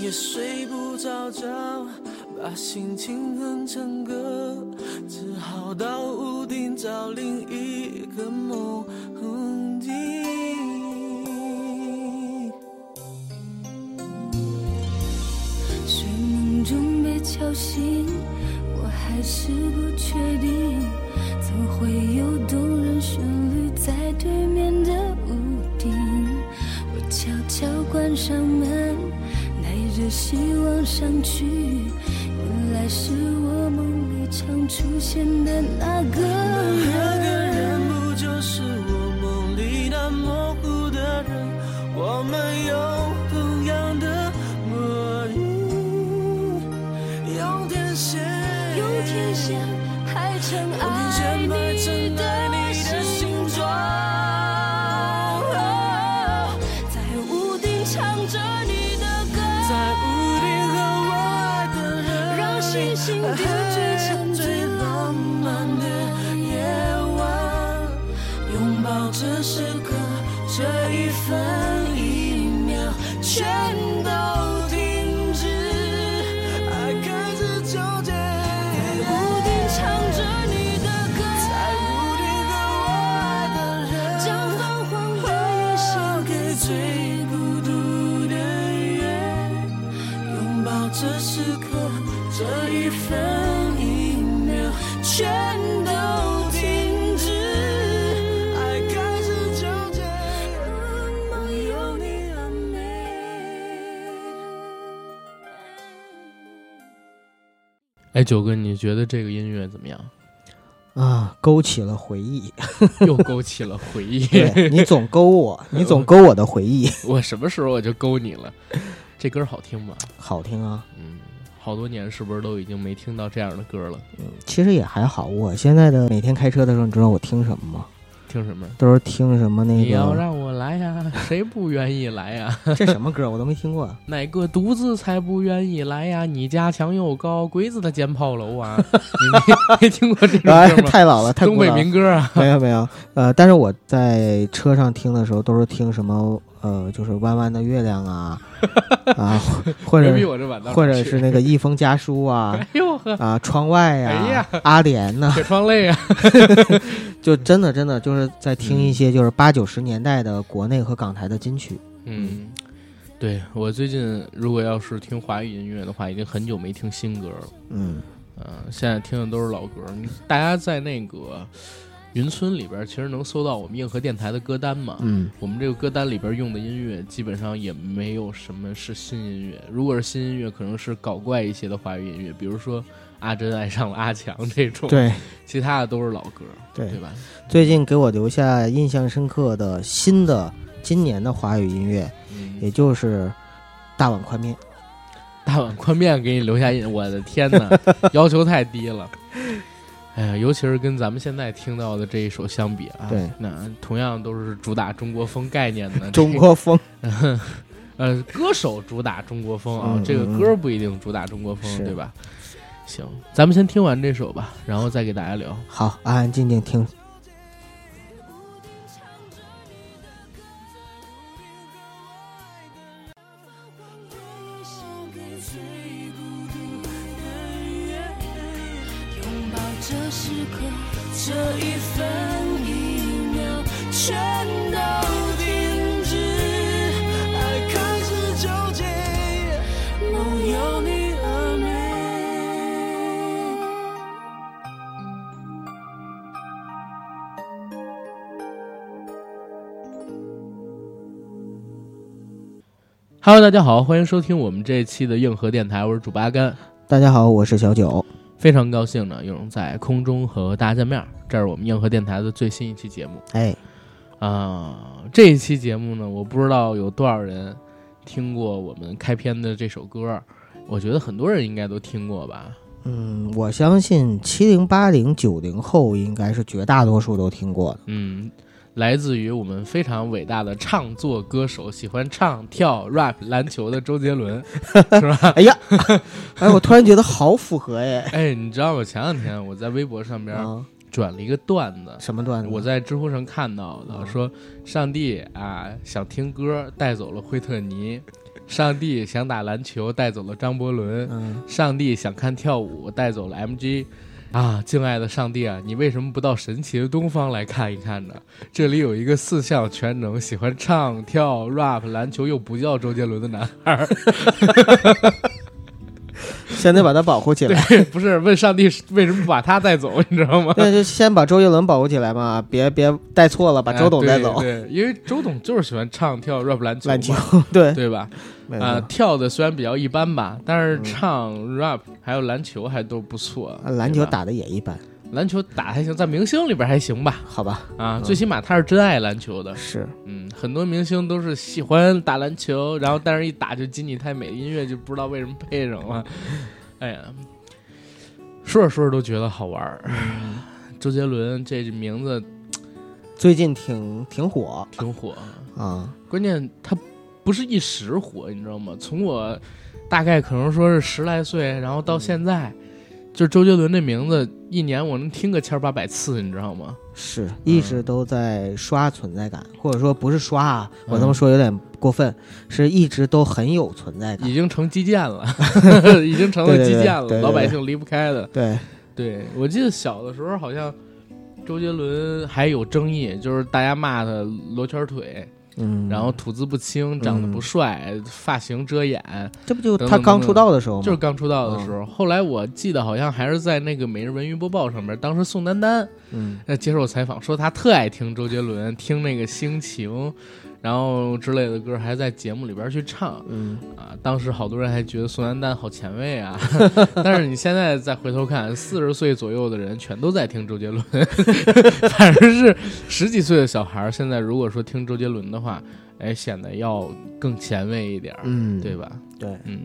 夜睡不着觉，把心情哼成歌，只好到屋顶找另一个梦境。睡梦中被敲醒，我还是不确定，怎会有动人旋律在对面的屋顶？我悄悄关上门，带着希望上去，原来是我梦里常出现的那个那个人人。不就是我梦里那模糊的人？我们有同样的魔力，用天线，用天线排成用天爱线埋你成爱的你的心。形状。在屋顶唱着你的歌，在屋顶和我爱的人，让星星点缀成最最浪浪漫漫的的夜夜晚，拥抱这时刻，这一分一秒全都停止，爱开始纠结。在屋顶唱着你的歌，屋顶和我爱的人，将泛黄的夜献献给给最最孤独的人。拥抱这时刻，这一分一秒，全都停止。爱开始纠结，梦有你而美。哎，九哥，你觉得这个音乐怎么样？啊，勾起了 回忆。又勾起了回忆。对你总勾 我，你总勾我的回忆，我什么时候我就勾你了？这歌好听吧？好听啊。嗯，好多年是不是都已经没听到这样的歌了？其实也还好。我现在的每天开车的时候，你知道我听什么吗？听什么？都是听什么那你要个，让我来呀、谁不愿意来呀、 这什么歌我都没听过。哪个独自才不愿意来呀、你家墙又高，鬼子的尖炮楼啊！ 你 没没听过这种哎，歌吗？太老了，太东古北老了。民歌啊！ 没有没有，呃，但是我在车上听的时候，都是听什么呃，就是弯弯的月亮 啊，啊，或或别逼者我这晚到或者是那个一封家书 啊哎呦呵，啊，窗外哎呀呀，阿莲呐，铁窗泪 啊！就真的真的就是在听一些就是八九十年代的国内和港台的金曲。嗯，对我最近如果要是听华语音乐的话，已经很久没听新歌了。嗯，嗯，现在听的都是老歌。你大家在那个云村里边，其实能搜到我们硬核电台的歌单嘛？嗯，我们这个歌单里边用的音乐，基本上也没有什么是新音乐。如果是新音乐，可能是搞怪一些的华语音乐，比如说阿珍爱上了阿强这种。，对其他的都是老歌，对哦对吧？最近给我留下印象深刻的新的今年的华语音乐，也嗯，就是大碗宽面。大碗宽面给你留下印，我的天哪， 要求太低了。哎呀，尤其是跟咱们现在听到的这一首相比啊，对，那同样都是主打中国风概念的中国风呃，歌手主打中国风啊，嗯这个嗯嗯歌不一定主打中国风，是对吧？行，咱们先听完这首吧，然后再给大家聊。好，安安静静听。拥抱这时刻，这一分一秒全都停止，爱开始纠结，梦有你而美。 Hello，大家好，欢迎收听我们这一期的硬核电台，我是主播阿甘，大家好，我是小九。非常高兴呢，又能在空中和大家见面儿。这是我们硬核电台的最新一期节目哎，啊、这一期节目呢，我不知道有多少人听过我们开篇的这首歌，我觉得很多人应该都听过吧。嗯，我相信七零八零九零后应该是绝大多数都听过的。嗯，来自于我们非常伟大的唱作歌手，喜欢唱跳 rap 篮球的周杰伦，是吧？哎呀，哎，我突然觉得好符合哎。 哎，你知道吗？前两天我在微博上边啊，转了一个段子，什么段子？我在知乎上看到的，嗯说上帝啊想听歌带走了惠特尼，上帝想打篮球，带走了张伯伦；嗯，上帝想看跳舞，带走了 MG。啊，敬爱的上帝啊，你为什么不到神奇的东方来看一看呢？这里有一个四项全能、喜欢唱跳、rap、篮球又不叫周杰伦的男 孩儿。先得把它保护起来。不是问上帝为什么不把他带走，你知道 吗？那就先把周杰伦保护起来嘛，别别带错了，把周董带走啊。对对，因为周董就是喜欢唱跳 rap 篮球嘛 篮球， 嗯对，对吧？没啊、错跳的虽然比较一般吧，但是唱 rap 还有篮球还都不错。啊嗯篮球对吧打的嗯也一般，篮球打还行，在明星里边还行吧。好吧？啊，最起码他是真爱篮球的。是，嗯，很多明星都是喜欢打篮球，然后但是一打就经你太美，音乐就不知道为什么配上了。哎呀，说着说着都觉得好玩儿。嗯 周杰伦这名字最近挺挺火挺火，啊，关键他不是一时火，你知道吗？从我大概可能说是十来岁，然后到现嗯在，就周杰伦这名字，一年我能听个千儿八百次，你知道吗？是一嗯直都在刷存在感，或者说不是刷啊，我这么嗯说有点过分，是一直都很有存在感已。经成基建 了，已经成了基建了，对对对对对老百姓离不开的。对，对我记得小的时候好像。周杰伦还有争议，就是大家骂他罗圈腿，嗯，然后吐字不清，长得不帅，发型遮掩，这不就等他等刚等出道的时候吗？就是刚出道的时候。后来我记得好像还是在那个《每日文娱播报》上面，当时宋丹丹嗯呃接受采访说她特爱听周杰伦，听那个《心情》，然后之类的歌，还在节目里边去唱嗯，啊。当时好多人还觉得宋丹丹好前卫啊， 但是你现在再回头看，四十岁左右的人全都在听周杰伦， 反而是十几岁的小孩儿现在如果说听周杰伦的话，哎，显得要更前卫一点儿，嗯对吧？对。嗯。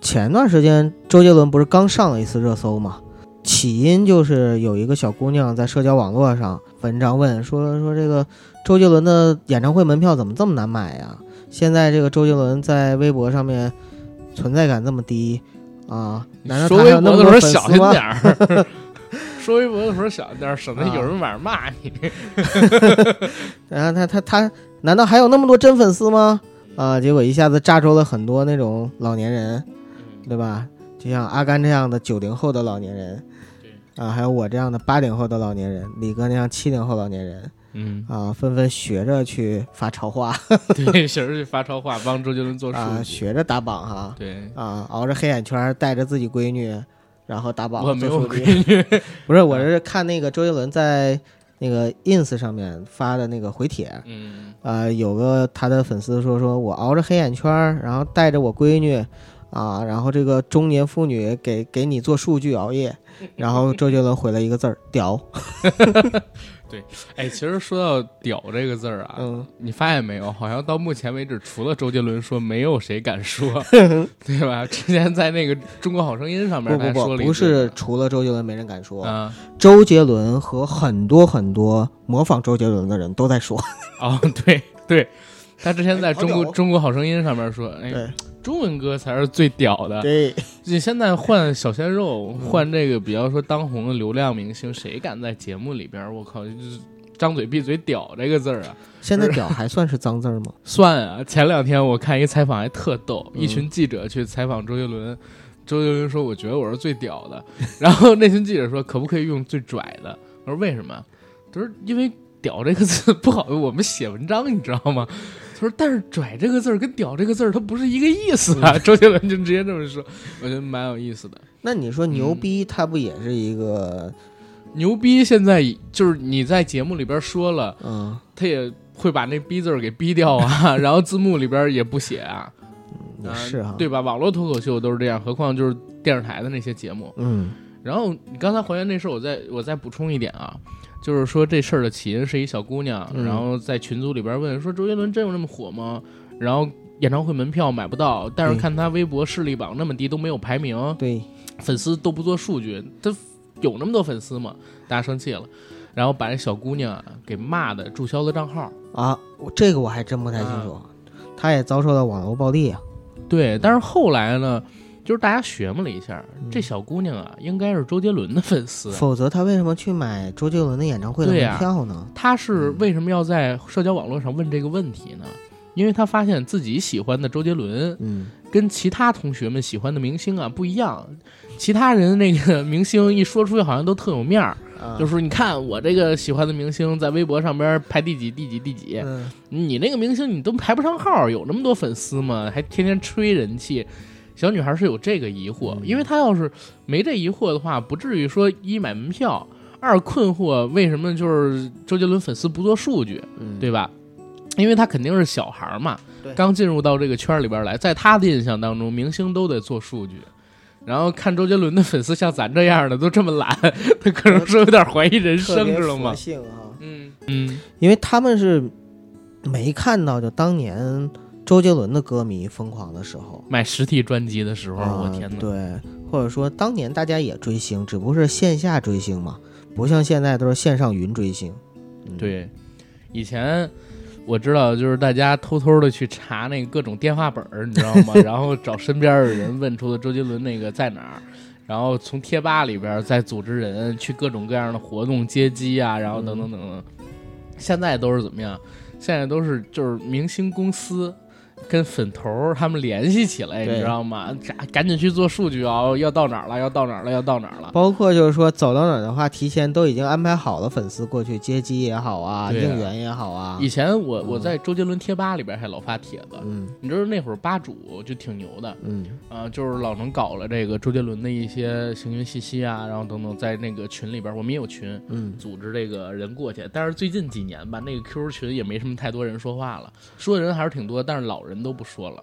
前段时间周杰伦不是刚上了一次热搜吗？起因就是有一个小姑娘在社交网络上文章问说说这个周杰伦的演唱会门票怎么这么难买呀？现在这个周杰伦在微博上面存在感这么低啊？难道说他还微有那博么的时候多粉小丝心吗？点儿， 说微博的时候小心点儿，省得有啊人晚上骂 你。然后他他他难道还有那么多真粉丝吗？嗯啊，结果一下子炸出了很多那种老年人，嗯对吧？就像阿甘这样的九零后的老年人，啊，还有我这样的八零后的老年人，李哥那样七零后老年人嗯，啊，纷纷学着去发潮话 对，小时候去发超话，帮周杰伦做数啊，据。学着打榜哈对，啊，熬着黑眼圈，带着自己闺女，然后打榜。我没有做数 据闺女。不是，我是看那个周杰伦在那个 ins 上面发的那个回帖，嗯，呃，有个他的粉丝说，说我熬着黑眼圈儿，然后带着我闺女，啊，然后这个中年妇女给给你做数据熬夜，然后周杰伦回了一个字儿屌，哎，其实说到“屌”这个字儿啊，嗯，你发现没有？好像到目前为止，除了周杰伦说，没有谁敢说， 对吧？之前在那个《中国好声音》上不面不还不说，了一不是次除了周杰伦没人敢说，啊，周杰伦和很多很多模仿周杰伦的人都在说，哦，对对。他之前在中哎好国屌中国好声音上面说，哎，对中文歌才是最屌的，对，你现在换小鲜肉，换这个比较说当红的流量明星，谁敢在节目里边儿？我靠，就是张嘴闭嘴“屌”这个字儿啊，现在屌还算是脏字儿 吗？算啊！前两天我看一采访还特逗，嗯一群记者去采访周杰伦，周杰伦说：“我觉得我是最屌的。” 然后那群记者说：“可不可以用最拽的？”我说：“为什么？”他说：“因为‘屌’这个字不好，我们写文章，你知道吗？”他说：“但是‘拽’这个字儿跟‘屌’这个字儿它不是一个意思啊。” 周杰伦就直接这么说，我觉得蛮有意思的。那你说牛嗯逼，他不也是一个牛逼！现在就是你在节目里边说了，嗯？他也会把那逼字儿给逼掉啊，然后字幕里边也不写啊，也是哈，啊对吧？网络脱口秀都是这样，何况就是电视台的那些节目。嗯，然后你刚才还原那事儿，我再我再补充一点啊，就是说这事儿的起因是一小姑娘，嗯然后在群组里边问说周杰伦真有那么火吗？然后演唱会门票买不到，但是对看他微博势力榜那么低都没有排名，对，粉丝都不做数据，他有那么多粉丝吗？大家生气了，然后把这小姑娘啊给骂的注销了账号。啊，我这个我还真不太嗯清楚。他也遭受到网络暴力啊。对，但是后来呢，就是大家学摸了一下，嗯这小姑娘啊，应该是周杰伦的粉丝。否则他为什么去买周杰伦的演唱会的对门呀票呢？她是为什么要在社交网络上问这个问题呢？因为他发现自己喜欢的周杰伦嗯，跟其他同学们喜欢的明星啊不一样，其他人那个明星一说出去好像都特有面儿，啊就是你看我这个喜欢的明星在微博上边排第几第几第几，嗯你那个明星你都排不上号，有那么多粉丝吗？还天天吹人气。小女孩是有这个疑惑，嗯因为她要是没这疑惑的话，不至于说一买门票，二困惑为什么就是周杰伦粉丝不做数据，嗯，对吧？因为他肯定是小孩儿嘛对，刚进入到这个圈儿里边儿来，在他的印象当中，明星都得做数据。然后看周杰伦的粉丝像咱这样的都这么懒， 他可能是有点怀疑人特生，别知道吗佛？性啊，嗯嗯，因为他们是没看到就当年周杰伦的歌迷疯狂的时候。买实体专辑的时候，啊我天哪！对，或者说当年大家也追星，只不过是线下追星嘛，不像现在都是线上云追星。嗯、，对，以前我知道，就是大家偷偷的去查那个各种电话本儿，你知道吗？ 然后找身边的人问出了周杰伦那个在哪儿，然后从贴吧里边儿再组织人去各种各样的活动接机啊，然后等嗯等等等。现在都是怎么样？现在都是就是明星公司。跟粉头儿他们联系起来，你对知道吗？赶赶紧去做数据啊！要到哪儿了？要到哪儿了？要到哪儿了？包括就是说走到哪儿的话，提前都已经安排好了粉丝过去接机也好啊，对啊应援也好啊以。前我我嗯在周杰伦贴吧里边还老发帖子，嗯你知道那会儿吧主就挺牛的嗯啊、就是老能搞了这个周杰伦的一些行云信息啊，然后等等，在那个群里边，我们也有群嗯，组织这个人过去。但是最近几年吧，那个 QQ 群也没什么太多人说话了，说的人还是挺多，但是老人都不说了。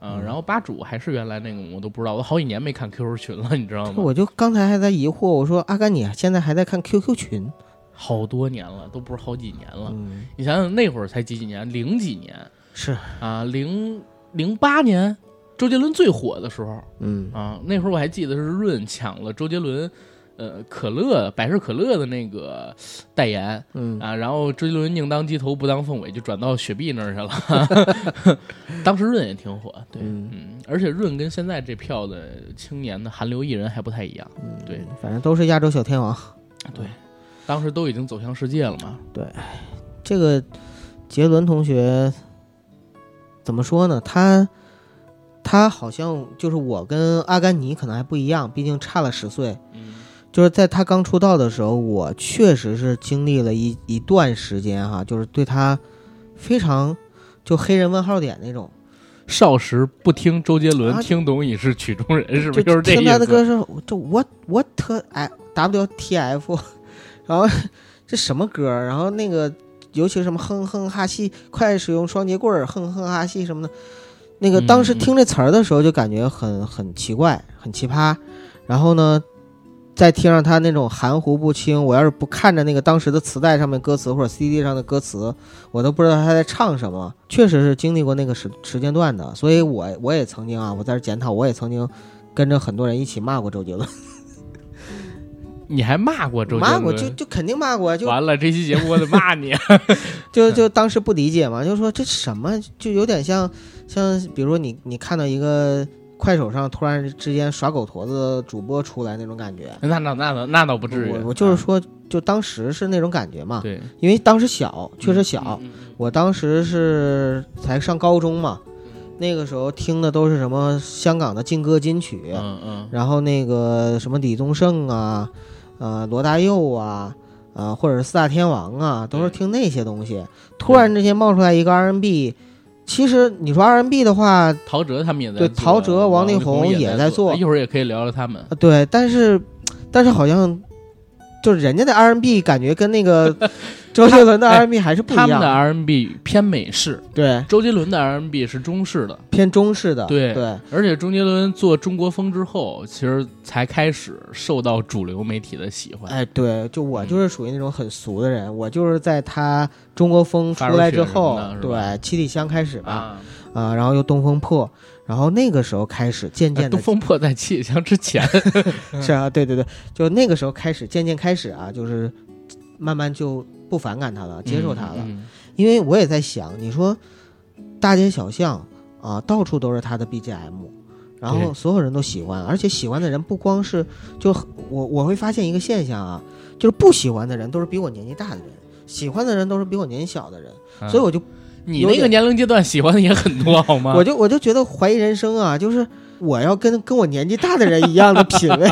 啊。嗯然后吧主还是原来那个，我都不知道，我好几年没看 QQ 群了，你知道吗？ 我就刚才还在疑惑，我说阿甘，你现在还在看 QQ 群？好多年了，都不是好几年了。嗯，你想想那会儿才几几年，零几年是，啊，零零八年，周杰伦最火的时候，嗯啊，那会儿我还记得是润抢了周杰伦，呃，可乐百事可乐的那个代言嗯啊，然后周杰伦宁当鸡头不当凤尾，就转到雪碧那儿去了。 当时润也挺火，对，嗯嗯，而且润跟现在这票的青年的韩流艺人还不太一样，嗯，对，反正都是亚洲小天王。对，当时都已经走向世界了嘛，这个杰伦同学怎么说呢？他他好像就是我跟阿甘尼可能还不一样，毕竟差了十岁。嗯就是在他刚出道的时候，我确实是经历了一一段时间哈，就是对他非常就黑人问号点那种。少时不听周杰伦，啊听懂已是曲中人，是不就是就是这听意他的歌思？是这 what what I W T F，然后这什么歌儿？然后那个尤其是什么哼哼哈气，快使用双截棍儿，哼哼哈气什么的。那个嗯当时嗯听这词儿的时候就感觉很很奇怪，很奇葩。然后呢，再听上他那种含糊不清，我要是不看着那个当时的磁带上面歌词或者 CD 上的歌词，我都不知道他在唱什么。确实是经历过那个时时间段的，所以我我也曾经啊，我在这检讨，我也曾经跟着很多人一起骂过周杰伦，你还骂过周杰骂伦？过就就肯定骂过啊，就完了，这期节目我得骂你。啊就嗯就当时不理解嘛，就说这什么，就有点像像，比如说你你看到一个快手上突然之间耍狗驼子主播出来那种感觉， 那那那那那倒嗯不至于，嗯我我就是啊说，就当时是那种感觉嘛，对，因为当时小，确实小，嗯，嗯我当时是才上高中嘛，那个时候听的都是什么香港的劲歌金曲，嗯嗯然后那个什么李宗盛啊，呃罗大佑啊，呃或者是四大天王啊，都是对听那些东西。突然之间冒出来一个 R&B，其实你说 R&B 的话，嗯，陶喆他们也在对做陶喆王王力力宏也也在做做，哎一会儿也可以聊聊他们。啊对，但是但是好像就是人家的 R&B 感觉跟 那个周杰伦的哎 R&B 还是不一他们的样， R&B 偏美式，对，周杰伦的 R&B 是中式的，偏中式的，对对。而且周杰伦做中国风之后，其实才开始受到主流媒体的喜欢。哎，对，就我嗯就是属于那种很俗的人，我就是在他中国风出来之后发出去什么的，是吧对七里香开始吧，啊，啊、然后又东风破，然后那个时候开始渐哎渐的东，风破在七里香之前，是啊，对对对，就那个时候开始渐渐开始啊，就是慢慢就不反感他了， 接受他了，嗯因为我也在想，你说大街小巷啊、到处都是他的 BGM。然后对所有人都喜欢，而且喜欢的人不光是就我我会发现一个现象啊，就是不喜欢的人都是比我年纪大的人，喜欢的人都是比我年纪小的人，嗯所以我就你有那个点年龄阶段喜欢的也很多，好吗？我就我就觉得怀疑人生啊，就是我要跟跟我年纪大的人一样的品 味，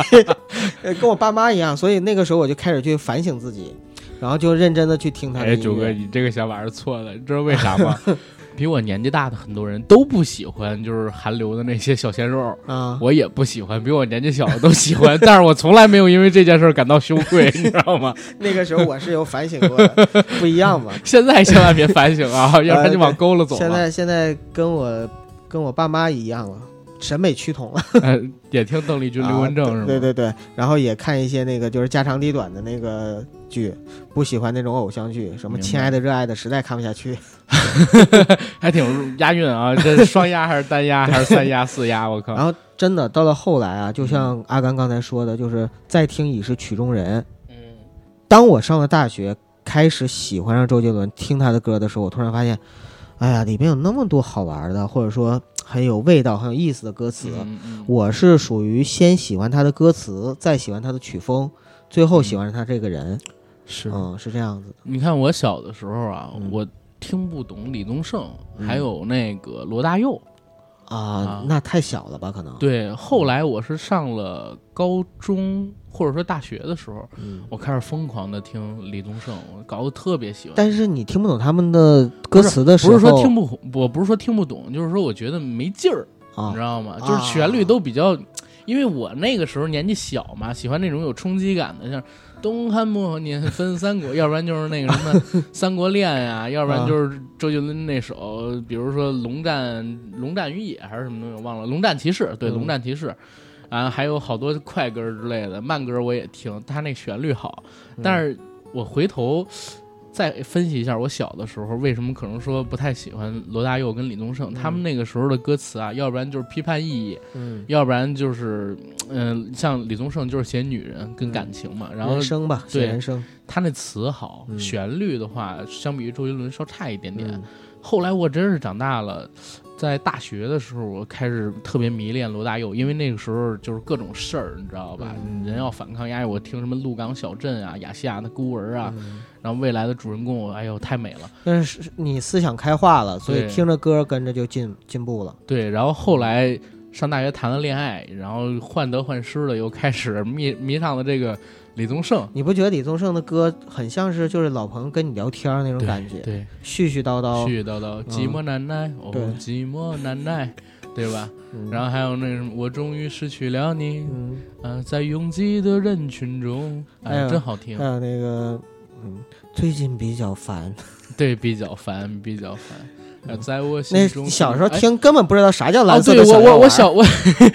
呃跟我爸妈一样，所以那个时候我就开始去反省自己，然后就认真的去听他的哎，音乐。九哥，你这个想法是错的，你知道为啥吗？ 比我年纪大的很多人都不喜欢，就是韩流的那些小鲜肉，啊，我也不喜欢，比我年纪小的都喜欢，但是我从来没有因为这件事儿感到羞愧，你知道吗？那个时候我是有反省过的，不一样嘛。现在千万别反省啊，要不然就往沟 了走呃现了。在现在跟我跟我爸妈一样了，审美趋同了。呃也听邓丽君、刘文正是吗？啊对对对，然后也看一些那个就是家长里短的那个剧，不喜欢那种偶像剧，什么明《亲白爱的热爱的》实在看不下去。还挺押韵啊，这是双押还是单押还是三押四押？我靠！然后真的到了后来啊，就像阿甘刚才说的，就是再听已是曲中人。嗯，当我上了大学，开始喜欢上周杰伦，听他的歌的时候，我突然发现，哎呀，里面有那么多好玩的，或者说很有味道、很有意思的歌词。嗯嗯我是属于先喜欢他的歌词，再喜欢他的曲风，最后喜欢上他这个人。是嗯，是这样子。你看我小的时候啊嗯，我听不懂李宗盛，嗯还有那个罗大佑。啊，那太小了吧？可能，对，后来我是上了高中或者说大学的时候，嗯，我开始疯狂的听李宗盛，我搞得特别喜欢。但是你听不懂他们的歌词的时不候，是说听不懂，我不是说听不懂，就是说我觉得没劲儿，你啊知，道吗？就是旋律都比较，因为我那个时候年纪小嘛，喜欢那种有冲击感的，像东汉末年分三国，要不然就是那个什么 《三国恋》呀，要不啊然就是周杰伦那首，比如说《龙战龙战于野》还是什么东西，我忘了，《龙战骑士》对，嗯《龙战骑士》。啊，还有好多快歌之类的，慢歌我也听，它那旋律好，嗯但是我回头再分析一下，我小的时候为什么可能说不太喜欢罗大佑跟李宗盛，他们那个时候的歌词啊，要不然就是批判意义，嗯，要不然就是嗯、像李宗盛就是写女人跟感情嘛，然后人生吧，写对人生，他那词好，嗯旋律的话相比于周杰伦稍差一点点。嗯后来我真是长大了。在大学的时候，我开始特别迷恋罗大佑，因为那个时候就是各种事儿，你知道吧？嗯人要反抗压抑，我听什么《鹿港小镇》啊，《亚细亚的孤儿》啊，嗯然后未来的主人公，我哎呦太美了。但是你思想开化了，所以对听着歌跟着就进进步了。对，然后后来上大学谈了恋爱，然后患得患失的又开始迷迷上了这个李宗盛。你不觉得李宗盛的歌很像是就是老朋友跟你聊天儿那种对感觉，对，絮絮叨叨絮，絮叨叨，寂寞难耐，哦对，寂寞难耐，对吧？嗯然后还有那什么，我终于失去了你，嗯，啊，在拥挤的人群中，哎哎，呀真好听还。有那个，嗯，最近比较烦，对，比较烦，比较烦。啊在我心嗯那中，小时候哎听根本不知道啥叫蓝色哦、的对我药我我丸小我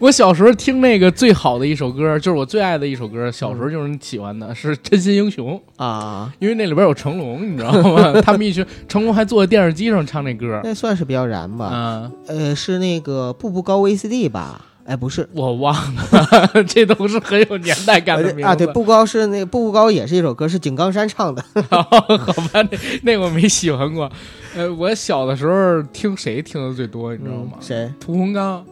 我小时候听那个最好的一首歌，就是我最爱的一首歌，小嗯时候就是喜欢的是《真心英雄》， 啊，因为那里边有成龙，你知道吗？ 他们一群成龙还坐在电视机上唱那歌，那算是比较燃吧。啊，呃，是那个步步高 VCD 吧？哎，不是。我忘了， 这都是很有年代感的名字啊，对，步步高是那步步高也是一首歌，是井冈山唱的。 好吧，那那个我没喜欢过。呃，我小的时候听谁听的最多，你知道吗？嗯谁？屠洪刚，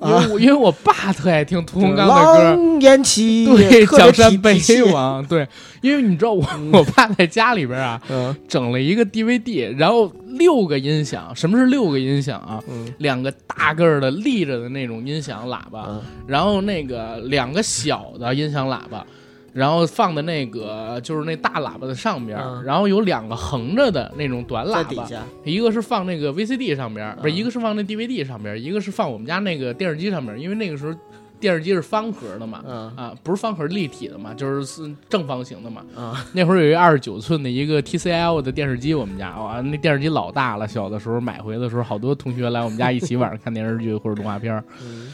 因为啊我、因为我爸特爱听屠洪刚的歌。狼烟 起，对，特别江山提北提气王，对，因为你知道我 我爸在家里边啊，嗯整了一个 DVD，然后六个音响，什么是六个音响啊？嗯两个大个儿的立着的那种音响喇叭，嗯然后那个两个小的音响喇叭，然后放的那个就是那大喇叭的上边儿，嗯然后有两个横着的那种短在喇底叭，下一个是放那个 VCD 上边儿，不是嗯一个是放那 DVD 上边儿，一个是放我们家那个电视机上边儿，因为那个时候电视机是方盒的嘛，嗯啊，不是方盒立体的嘛，就是是正方形的嘛。啊那会儿有一二十九寸的一个 TCL 的电视机，我们家哇，那电视机老大了。小的时候买回来的时候，好多同学来我们家一起晚上看电视剧或者动画片儿。嗯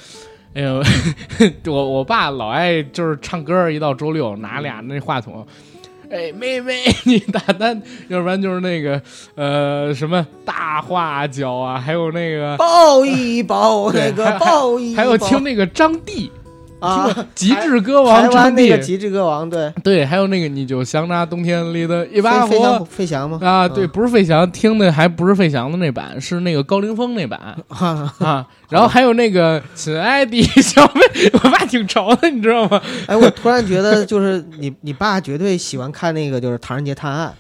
哎呦， 我我爸老爱就是唱歌儿，一到周六拿俩那话筒。哎，妹妹，你打单，要不然就是那个，呃，什么大画脚啊，还有那个，抱一抱对那个抱一抱，还有听那个张帝，啊听过极致歌台王湾张那帝个，极致歌王，对，对，还有那个你就像那冬天里的一把飞飞翔火飞翔吗？啊，对，嗯不是费翔，听的还不是费翔的那版，是那个高凌风 那版啊，啊。然后还有那个亲爱的小妹，我爸挺潮的，你知道吗？哎，我突然觉得就是你你爸绝对喜欢看那个就是《唐人街探案》，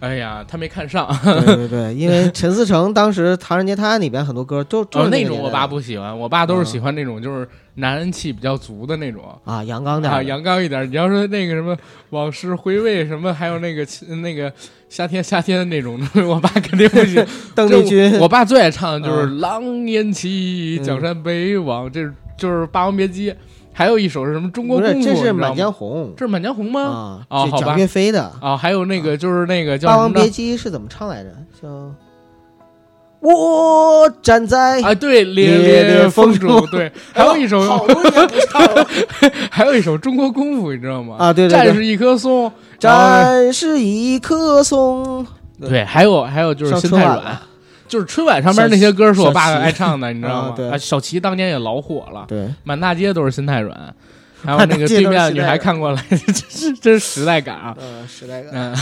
哎呀，他没看上， 对对对，因为陈思诚当时《唐人街探案》里边很多歌都就是哦，那个种年我代爸的不喜欢，我爸都是嗯喜欢那种就是男人气比较足的那种。啊，阳刚点啊，儿阳刚一点。你要说那个什么往事回味什么，还有那个那个夏天夏天的那种， 我爸肯定不行。邓就丽君我爸最爱唱的就是嗯《狼烟起，嗯江山北望》，这是就是《霸王别姬》，还有一首是什么《中国不是功夫》，这你知是《道满吗江红这是《满江红》》吗？啊，哦这好吧蒋岳飞的啊，还有那个就是那个《叫霸什王么别呢？姬》是怎么唱来着？叫我站在啊，对，烈烈烈风风中对， 还有一首，哦好多年不唱 了还有一首中国功夫，你知道吗？啊对对对战士一棵松，然后战是一棵松，对，还有还有就是上心春太晚啊软，就是春晚上面那些歌是我爸爱唱的，你知道吗啊？对啊，小齐当年也老火了，对，满大街都是心太 软，还有那个满大街都是对面的心女太孩软看过来，这是这是时代感 啊！呃，时代感，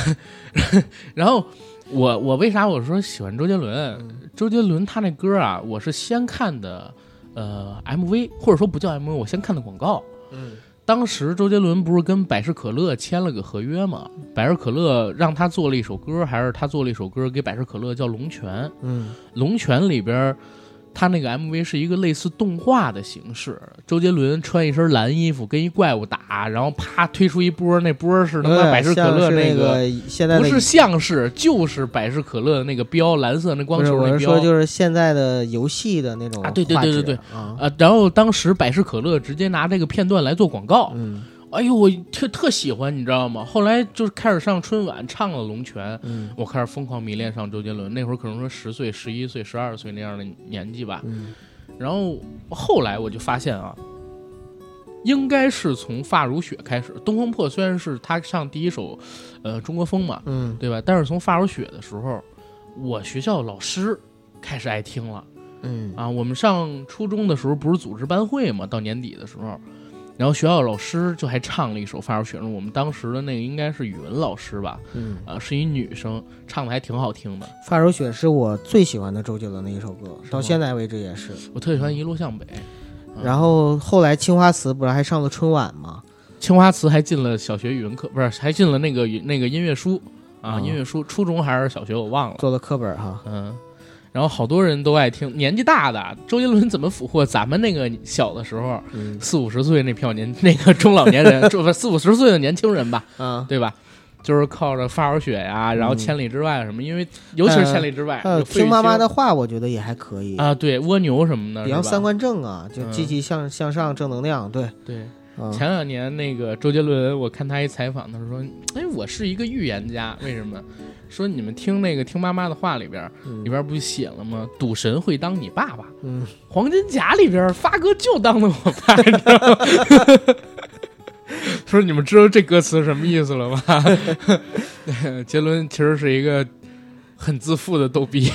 嗯，然后我我为啥我说喜欢周杰嗯伦？周杰伦他那歌啊，我是先看的呃 MV，或者说不叫 MV，我先看的广告。嗯，当时周杰伦不是跟百事可乐签了个合约吗？百事可乐让他做了一首歌，还是他做了一首歌给百事可乐叫《龙泉》。嗯， 《龙泉》里边儿，他那个 MV 是一个类似动画的形式。周杰伦穿一身蓝衣服跟一怪物打，然后啪推出一波，那波是他有妈点百事可像乐是那个，现在不的是像是就是百事可乐的那个标，蓝色那光不是，球我那是标说就是现在的游戏的那种啊对对画对对质对啊，啊。然后当时百事可乐直接拿这个片段来做广告，嗯哎呦，我特特喜欢，你知道吗？后来就是开始上春晚，唱了《龙泉》，嗯我开始疯狂迷恋上周杰伦。那会儿可能说十岁、十一岁、十二岁那样的年纪吧。嗯然后后来我就发现啊，应该是从《发如雪》开始，《东风破》虽然是他上第一首，呃，中国风嘛，嗯对吧？但是从《发如雪》的时候，我学校老师开始爱听了。嗯啊，我们上初中的时候不是组织班会嘛，到年底的时候，然后学校老师就还唱了一首《发如雪》，我们当时的那个应该是语文老师吧，嗯，啊，是一女生，唱的还挺好听的。 《发如雪》是我最喜欢的周杰伦的一首歌，吗到现在为止也是。我特喜欢《一路向北》，嗯然后后来青花瓷不是还上了春晚吗？青花瓷还进了小学语文课，不是还进了那个语那个音乐书啊，哦音乐书，初中还是小学我忘了，做了课本哈。嗯。然后好多人都爱听，年纪大的周杰伦怎么俘获咱们那个小的时候嗯四五十岁那票年那个中老年人， 就不四五十岁的年轻人吧，啊，对吧？就是靠着发如雪呀、然后嗯千里之外什么，因为尤其是千里之外，还有哎有费玉呃听妈妈清的话，我觉得也还可以，啊，对蜗牛什么的，比较是吧三观正啊，就积嗯极向向上、正能量。对，对。啊前两年那个周杰伦，我看他一采访，他说：“哎，我是一个预言家，为什么？说你们听那个听妈妈的话里边，里边不写了吗？赌神会当你爸爸，嗯，黄金甲里边发哥就当了我爸，你知道吗？” 说你们知道这歌词什么意思了吗？对 杰伦其实是一个很自负的逗 逼，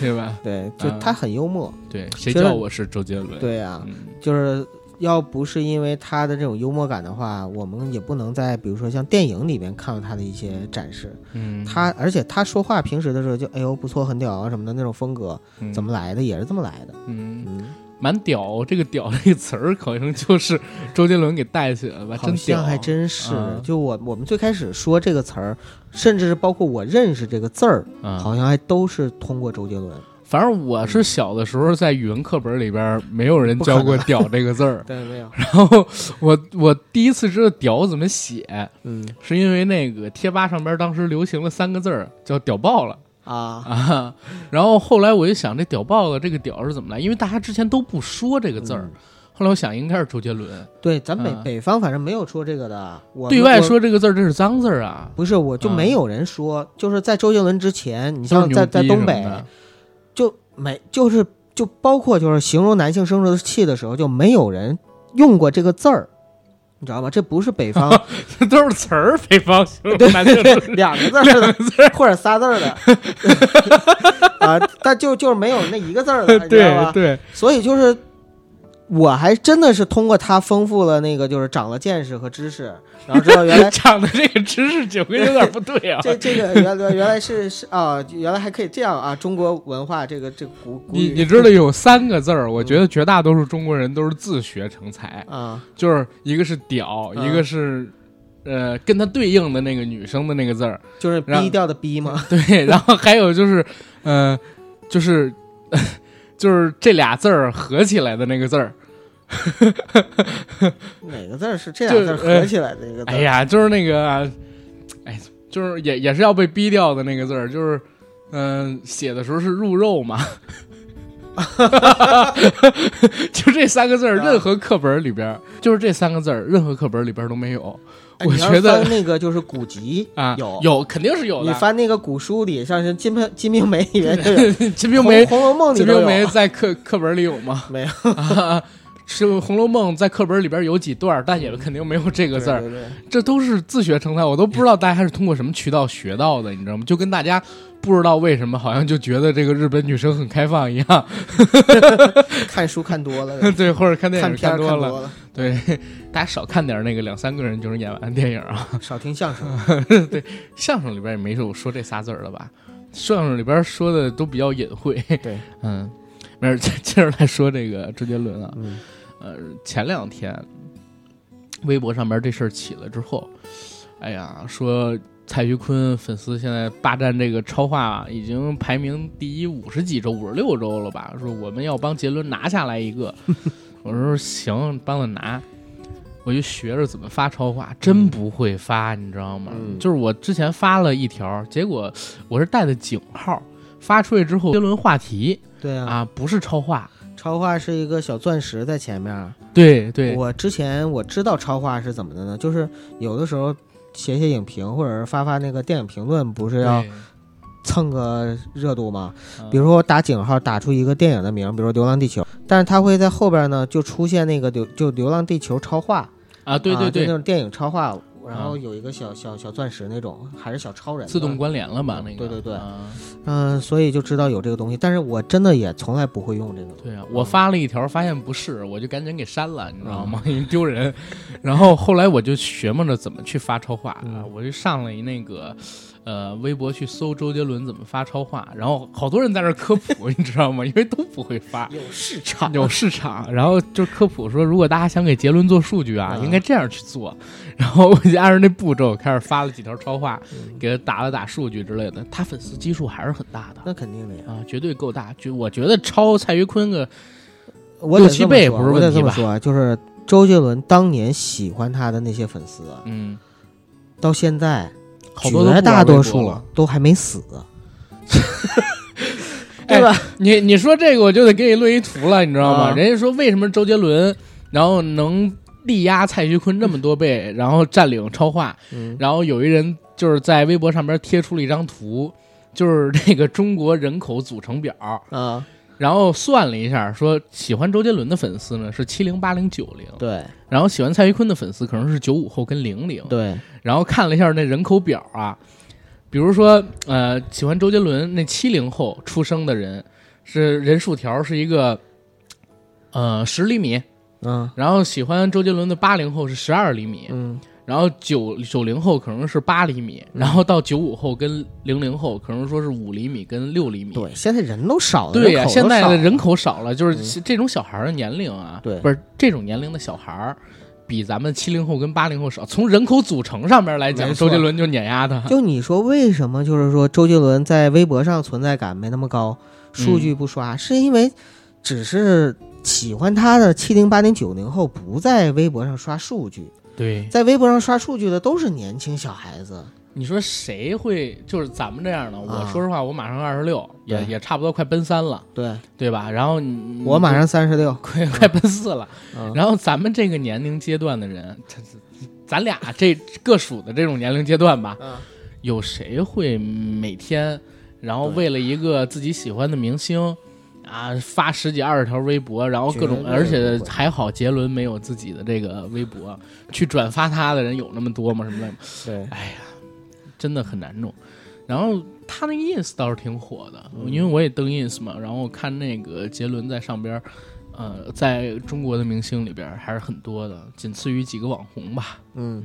对吧？对，就啊他很幽默。对，谁其实叫我是周杰伦？，对啊呀，嗯，就是要不是因为他的这种幽默感的话，我们也不能在比如说像电影里边看到他的一些展示。嗯他而且他说话平时的时候就哎呦不错，很屌啊什么的那种风格，怎么来的也是这么来的。嗯？嗯嗯，蛮屌，这个“屌”这个词儿好像就是周杰伦给带起来的吧？真好屌，像还真是。嗯就我我们最开始说这个词儿，甚至是包括我认识这个字儿，啊好像还都是通过周杰伦。，反正我是小的时候在语文课本里边没有人教过“屌”这个字儿对，没有。然后我我第一次知道“屌”怎么写，嗯是因为那个贴吧上边当时流行了三个字儿叫“屌爆了”啊，啊，然后后来我就想这“屌爆了”这个“屌”是怎么来？因为大家之前都不说这个字儿嗯，后来我想应该是周杰伦对，咱北、啊北方反正没有说这个的。我对外我说这个字儿这是脏字儿啊，不是，我就啊没有人说，就是在周杰伦之前，你都是牛像在逼在东什北么的 就没就是就包括就是形容男性生殖器的时候，就没有人用过这个字儿。你知道吗？这不是北 方这都是词儿，北 方 形容男性对两个字儿的，或者仨字 儿的啊，但就就是没有那一个字儿的，你知 道对吧？对，所以就是，我还真的是通过他丰富了那个，就是长了见识和知识，然后知道原来长的这个知识酒跟有点不对啊。 这这个原来原来是是啊，原来还可以这样啊！中国文化这个这个古 古你语你知道有三个字儿，我觉得绝大多数中国人都是自学成才，啊就是一个是屌，嗯一个是呃跟它对应的那个女生的那个字儿， 就是然后逼调的逼嘛，对，然后还有就是，呃，就是、 就是这俩字儿合起来的那个字儿，哪个字儿是这俩字儿就是呃合起来的一个字儿？哎呀，就是那个，哎，就是也也是要被逼掉的那个字儿，就是。嗯、写的时候是入肉嘛， 就这三个字儿，啊任何课本里边儿，就是这三个字儿，任何课本里边儿都没有哎我你要觉得翻那个就是古籍啊，有，有肯定是有 你的。翻那个古书里，像是《金瓶金瓶梅》里面就有，《金瓶梅，红红楼梦》里金都有啊瓶梅在课课本里有吗？没有啊， 是《红楼梦》在课本里边有几段，但也肯定没有这个字儿。对对对这都是自学成才，我都不知道大家是通过什么渠道学到的，你知道吗？就跟大家不知道为什么好像就觉得这个日本女生很开放一样，看书看多 了，对，或者看电看影片儿看看多多了， 了，对，大家少看点那个两三个人就能演完的电影啊。少听相 声。相声里边也没有说这仨字儿的吧？相声里边说的都比较隐晦，对，嗯，没事，接 着来说这个周杰伦啊，嗯，呃，前两天微博上面这事儿起了之后，哎呀，说蔡徐坤粉丝现在霸占这个超话已经排名第一五十几周、五十六周了吧？说我们要帮杰伦拿下来一 个，我说行，帮他拿。我就学着怎么发超话，真不会发，你知道吗？嗯就是我之前发了一条，结果我是带的井号，发出去之后，杰伦话题对啊，啊，不是超话，超话是一个小钻石在前面。啊对对，我之前我知道超话是怎么的呢，就是有的时候写写影评，或者是发发那个电影评论，不是要对蹭个热度吗？嗯比如说我打井号打出一个电影的名，比如说《流浪地球》，但是它会在后边呢就出现那个流就《流浪地球》超话，啊，对啊对就对那，种电影超话，然后啊有一个小小小钻石那种，还是小超人的自动。关联了吧？那个，对对对啊嗯，所以就知道有这个东西，但是我真的也从来不会用这个东西。对啊，我发了一条，发现不是，我就赶紧给删了，你知道吗？ 因为丢人。然后后来我就学摸着怎么去发超话啊，嗯我就上了一那个。呃，微博去搜周杰伦怎么发超话，然后好多人在那儿科普， 你知道吗？因为都不会发，有市场有市场，然后就科普说，如果大家想给杰伦做数据啊，啊应该这样去做。 然后我就按照那步骤开始发了几条超话，嗯给他打了打数据之类的，他粉丝基数还是很大的。那肯定的呀。啊，绝对够大，就我觉得超蔡徐坤个我得六七这么倍说不是我得问题这么吧说啊，就是周杰伦当年喜欢他的那些粉丝，啊，嗯，到现在好多都绝不玩大微博多数了。都还没死，哎对吧？你你说这个，我就得给你论一图了，你知道吗？啊人家说为什么周杰伦然后能力压蔡徐坤这么多倍，然后占领超话，嗯，然后有一人就是在微博上边贴出了一张图，就是那个中国人口组成表，啊，然后算了一下，说喜欢周杰伦的粉丝呢是七零八零九零，对然后喜欢蔡徐坤的粉丝可能是九五后跟零零，对，然后看了一下那人口表啊，比如说呃，喜欢周杰伦那七零后出生的人是人数条是一个呃十厘米，嗯然后喜欢周杰伦的八零后是十二厘米，嗯，然后九九零后可能是八厘米，然后到九五后跟零零后可能说是五厘米跟六厘米。对，现在人都少了，对呀、啊人口都现在的少人口少了，就是这种小孩儿的年龄啊，对不是这种年龄的小孩儿，比咱们七零后跟八零后少。从人口组成上面来讲，没错周杰伦就碾压他。就你说为什么就是说周杰伦在微博上存在感没那么高，数嗯据不刷，是因为只是喜欢他的七零八零九零后不在微博上刷数据，对，在微博上刷数据的都是年轻小孩子，你说谁会就是咱们这样的？我啊说实话，我马上二十六，也对也差不多快奔三了，对对吧？然后你我马上三十六， 快快奔四了，嗯然后咱们这个年龄阶段的人，他咱俩这个属的这种年龄阶段吧，嗯有谁会每天，然后对为了一个自己喜欢的明星，啊，发十几二十条微博，然后各种绝，对而且不会还好杰伦没有自己的这个微博，去转发他的人有那么多吗？什么的，对，哎呀，真的很难弄。然后他那 ins 倒是挺火的，因为我也登 ins 嘛，然后我看那个杰伦在上边儿，呃，在中国的明星里边儿还是很多的，仅次于几个网红吧。 嗯，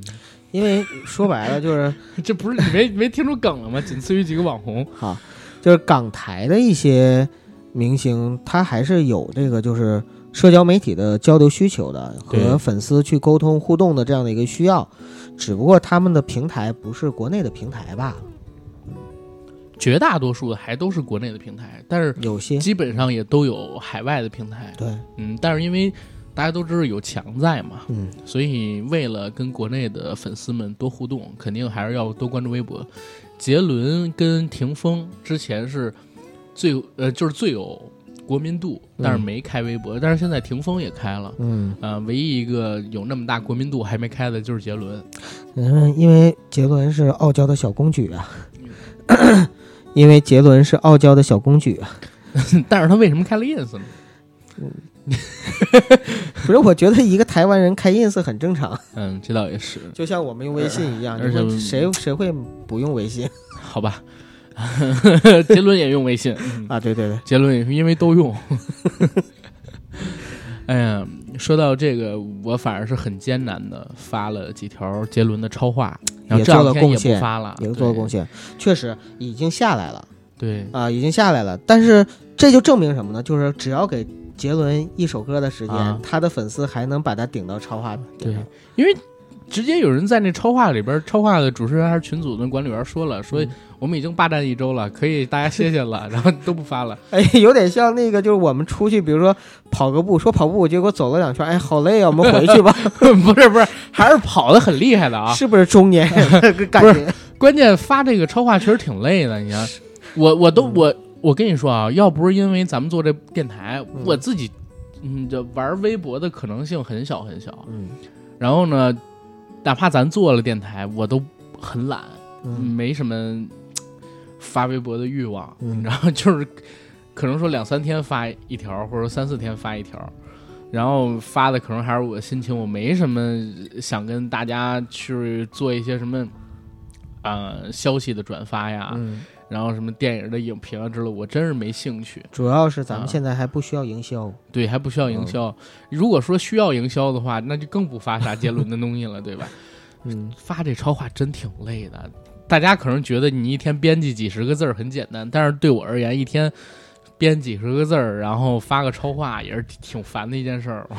因为说白了就是 这不是你没没听出梗了吗？仅次于几个网红。哈，就是港台的一些明星，他还是有这个就是社交媒体的交流需求的对和粉丝去沟通互动的这样的一个需要。只不过他们的平台不是国内的平台吧？绝大多数的还都是国内的平台，但是有些基本上也都有海外的平台。对，嗯，但是因为大家都知道有强在嘛，嗯，所以为了跟国内的粉丝们多互动，肯定还是要多关注微博。杰伦跟霆锋之前是最呃就是最有国民度，但是嗯没开微博，但是现在霆锋也开了。嗯，呃，唯一一个有那么大国民度还没开的就是杰伦，嗯，因为杰伦是傲娇的小公举啊， 因为杰伦是傲娇的小公举啊。 但是他为什么开了 ins 呢？不是，我觉得一个台湾人开 ins 很正常，嗯，这倒也是，就像我们用微信一样，而且嗯你会谁谁会不用微信好吧。 杰伦也用微信，嗯啊？对对对，杰伦也是因为都用。 哎呀，说到这个，我反而是很艰难的发了几条杰伦的超话，然后也这做了两天也贡不献发了，也是做了贡献。献，确实已经下来了对，啊、已经下来了。但是这就证明什么呢？就是只要给杰伦一首歌的时间，啊他的粉丝还能把他顶到超话。对，因为直接有人在那超话里边，超话的主持人还是群组的管理员说了，说嗯我们已经霸占一周了，可以大家歇歇了，然后都不发了。 哎，有点像那个，就是我们出去，比如说跑个步，说跑步，结果走了两圈，哎，好累啊，我们回去吧。不是不是，还是跑得很厉害的 啊！是不是中年人 的感不觉？关键发这个超话确实挺累的，你看，我我嗯都我我跟你说啊，要不是因为咱们做这电台，嗯我自己嗯，这玩微博的可能性很小很小。嗯然后呢，哪怕咱做了电台，我都很懒，嗯没什么嘖发微博的欲望。嗯然后就是可能说两三天发一条，或者三四天发一条。然后发的可能还是我的心情，我没什么想跟大家去做一些什么，呃，消息的转发呀，嗯，然后什么电影的影评啊之类，我真是没兴趣。主要是咱啊们现在还不需要营销，对，还不需要营销。如果说需要营销的话，那就更不发啥杰伦的东西了，对吧？嗯，发这超话真挺累的。大家可能觉得你一天编辑几十个字儿很简单，但是对我而言，一天编几十个字儿，然后发个超话也是挺烦的一件事儿。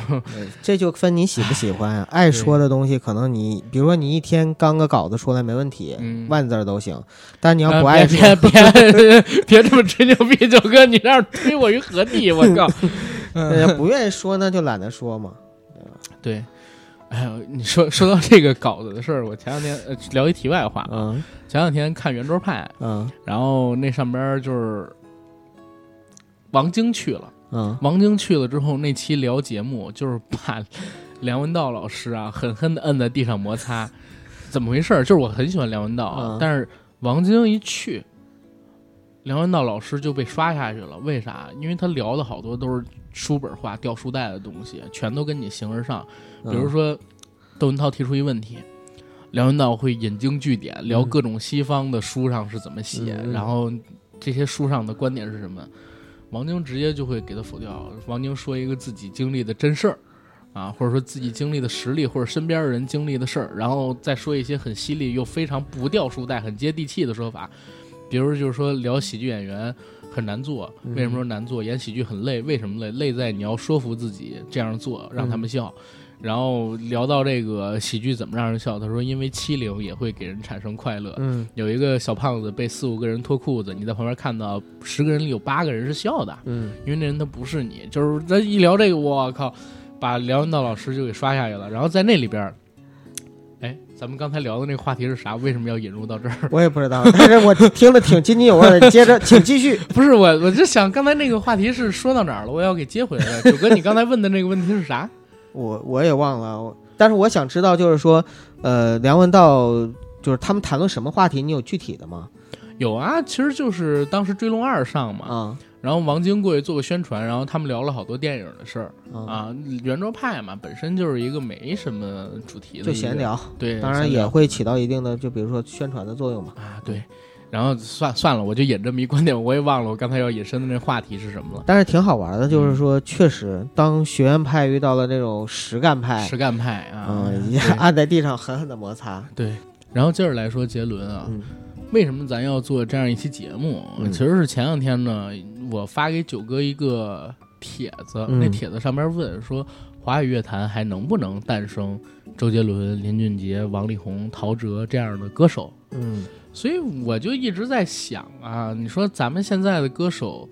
这就分你喜不喜欢。爱说的东西，可能你，比如说你一天刚个稿子出来没问题， 嗯万字儿都行，但你要呃不爱别说，别别别这么吹牛逼，九哥，你让推我于何地？我靠！呃不愿意说那就懒得说嘛。 对，哎呦，你说说到这个稿子的事儿，我前两天、呃、聊一题外话，啊，嗯前两天看圆桌派，嗯然后那上边儿就是王晶去了，嗯王晶去了之后，那期聊节目就是把梁文道老师啊狠狠的摁在地上摩擦，怎么回事儿？就是我很喜欢梁文道啊，嗯但是王晶一去，梁文道老师就被刷下去了。为啥？因为他聊的好多都是书本化、掉书袋的东西，全都跟你形而上。比嗯如说，窦文涛提出一问题，梁文道会引经据典，聊嗯各种西方的书上是怎么写，嗯嗯然后这些书上的观点是什么。王晶直接就会给他否掉。王晶说一个自己经历的真事儿，啊，或者说自己经历的实例，或者身边人经历的事儿，然后再说一些很犀利又非常不掉书袋、很接地气的说法，比如就是说聊喜剧演员很难做，嗯为什么说难做？演喜剧很累，为什么累？累在你要说服自己这样做，让他们笑。嗯然后聊到这个喜剧怎么让人笑，他说因为欺凌也会给人产生快乐。嗯有一个小胖子被四五个人脱裤子，你在旁边看到十个人里有八个人是笑的，嗯因为那人他不是你，就是咱一聊这个，我靠，把梁文道老师就给刷下去了。然后在那里边儿，哎，咱们刚才聊的那个话题是啥？为什么要引入到这儿？嗯我也不知道，但是我听着挺津津有味的。接着，请继续。不是我，我就想刚才那个话题是说到哪儿了？我要给接回来 了。九哥，你刚才问的那个问题是啥？我我也忘了，我但是我想知道，就是说，呃，梁文道就是他们谈论什么话题，你有具体的吗？有啊，其实就是当时《追龙二》上嘛，啊然后王晶过去做个宣传，然后他们聊了好多电影的事儿啊，啊。圆桌派嘛，本身就是一个没什么主题的，嗯就闲，聊，对，当然闲也聊会起到一定的，就比如说宣传的作用嘛。啊，对。然后算算了，我就引这么一观点，我也忘了我刚才要引申的那话题是什么了。但是挺好玩的，嗯就是说，确实，当学院派遇到了这种实干派，实干派啊，哎嗯，一下按在地上狠狠的摩擦。对对。然后接着来说杰伦啊，嗯为什么咱要做这样一期节目？嗯其实是前两天呢，我发给九哥一个帖子，嗯那帖子上面问说，华语乐坛还能不能诞生周杰伦、林俊杰、王力宏、陶喆这样的歌手？嗯，所以我就一直在想啊，你说咱们现在的歌手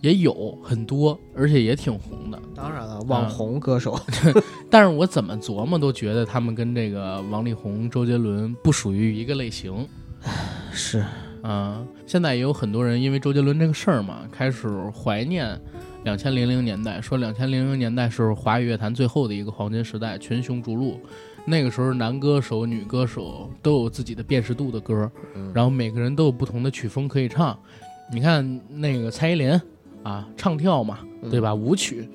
也有很多，而且也挺红的，当然了，网红歌手，啊 但是我怎么琢磨都觉得他们跟这个王力宏、周杰伦不属于一个类型。是啊，现在也有很多人因为周杰伦这个事儿嘛，开始怀念两千零零年代，说两千零零年代是华语乐坛最后的一个黄金时代，群雄逐鹿。那个时候，男歌手、女歌手都有自己的辨识度的歌，嗯然后每个人都有不同的曲风可以唱。你看那个蔡依林啊，唱跳嘛，对吧？舞曲，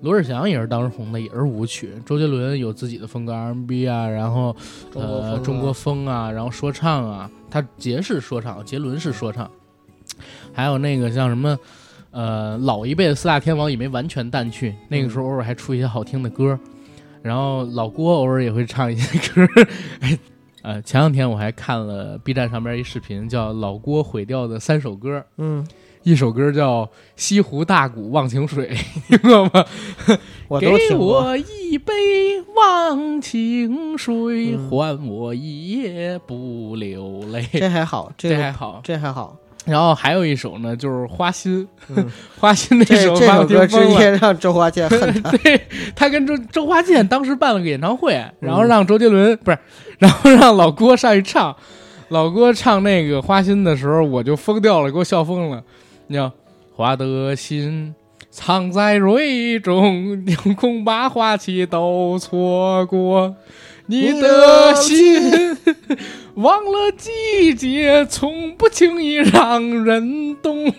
罗志祥也是当时红的，也是舞曲。周杰伦有自己的风格 R&B 啊，然后中国风啊呃、中国风啊，然后说唱啊，他杰是说唱，杰伦是说唱，还有那个像什么，呃，老一辈的四大天王也没完全淡去，那个时候偶尔还出一些好听的歌，然后老郭偶尔也会唱一些歌。 哎呃，前两天我还看了 B 站上边一视频，叫《老郭毁掉的三首歌》，嗯，一首歌叫《西湖大鼓忘情水》， 听过吗？我给都听过，我一杯忘情水，嗯还我一夜不流泪。这还好，这这还个好，这还好，然后还有一首呢，就是《花心》嗯 花心那这首这把我首听歌直疯了接让周华健恨他，对他跟周周华健当时办了个演唱会，然后让周杰伦不是，然后让老郭上去唱，老郭唱那个《花心》的时候，我就疯掉了，给我笑疯了。你知道，花的心藏在蕊中，你恐把花期都错过。你的心 忘了季节，从不轻易让人懂。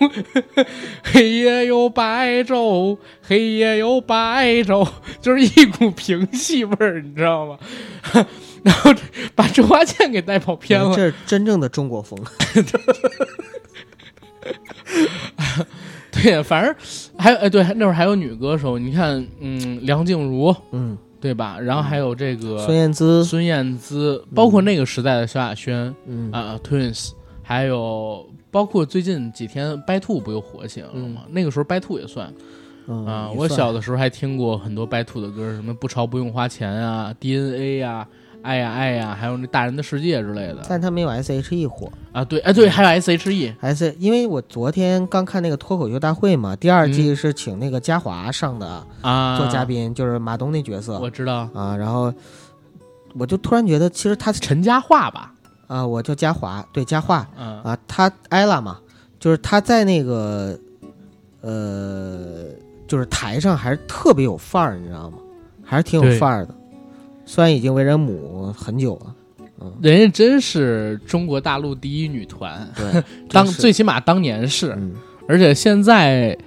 黑夜有白昼，黑夜有白昼， 就是一股平戏味儿，你知道吗？ 然后把周华健给带跑 偏了。嗯这是真正的中 国风，对，反正还有哎，对，那会儿还有女歌手，你看，嗯，梁静茹嗯，对吧？然后还有这个孙燕姿，孙燕姿，包括那个时代的萧亚轩嗯啊、t w i n s 还有包括最近几天白兔不又火起来了吗？那个时候白兔也算嗯啊、也我算小的时候还听过很多白兔的歌，什么不潮不用花钱啊，DNA 啊。爱呀爱呀，还有那大人的世界之类的但他没有 S.H.E 火啊，对，哎对，还有 S.H.E， ，S 因为我昨天刚看那个脱口秀大会嘛，第二嗯季是请那个嘉华上的啊，做嘉，宾，就是马东那角色我知道啊，然后我就突然觉得，其实他陈嘉桦吧，啊，我叫嘉华，对嘉华嗯、啊，他艾拉嘛，就是他在那个呃，就是台上还是特别有范儿，你知道吗？还是挺对有范儿的，虽然已经为人母很久了，人家真是中国大陆第一女团，，对 当真是最起码当年是，嗯而且现在，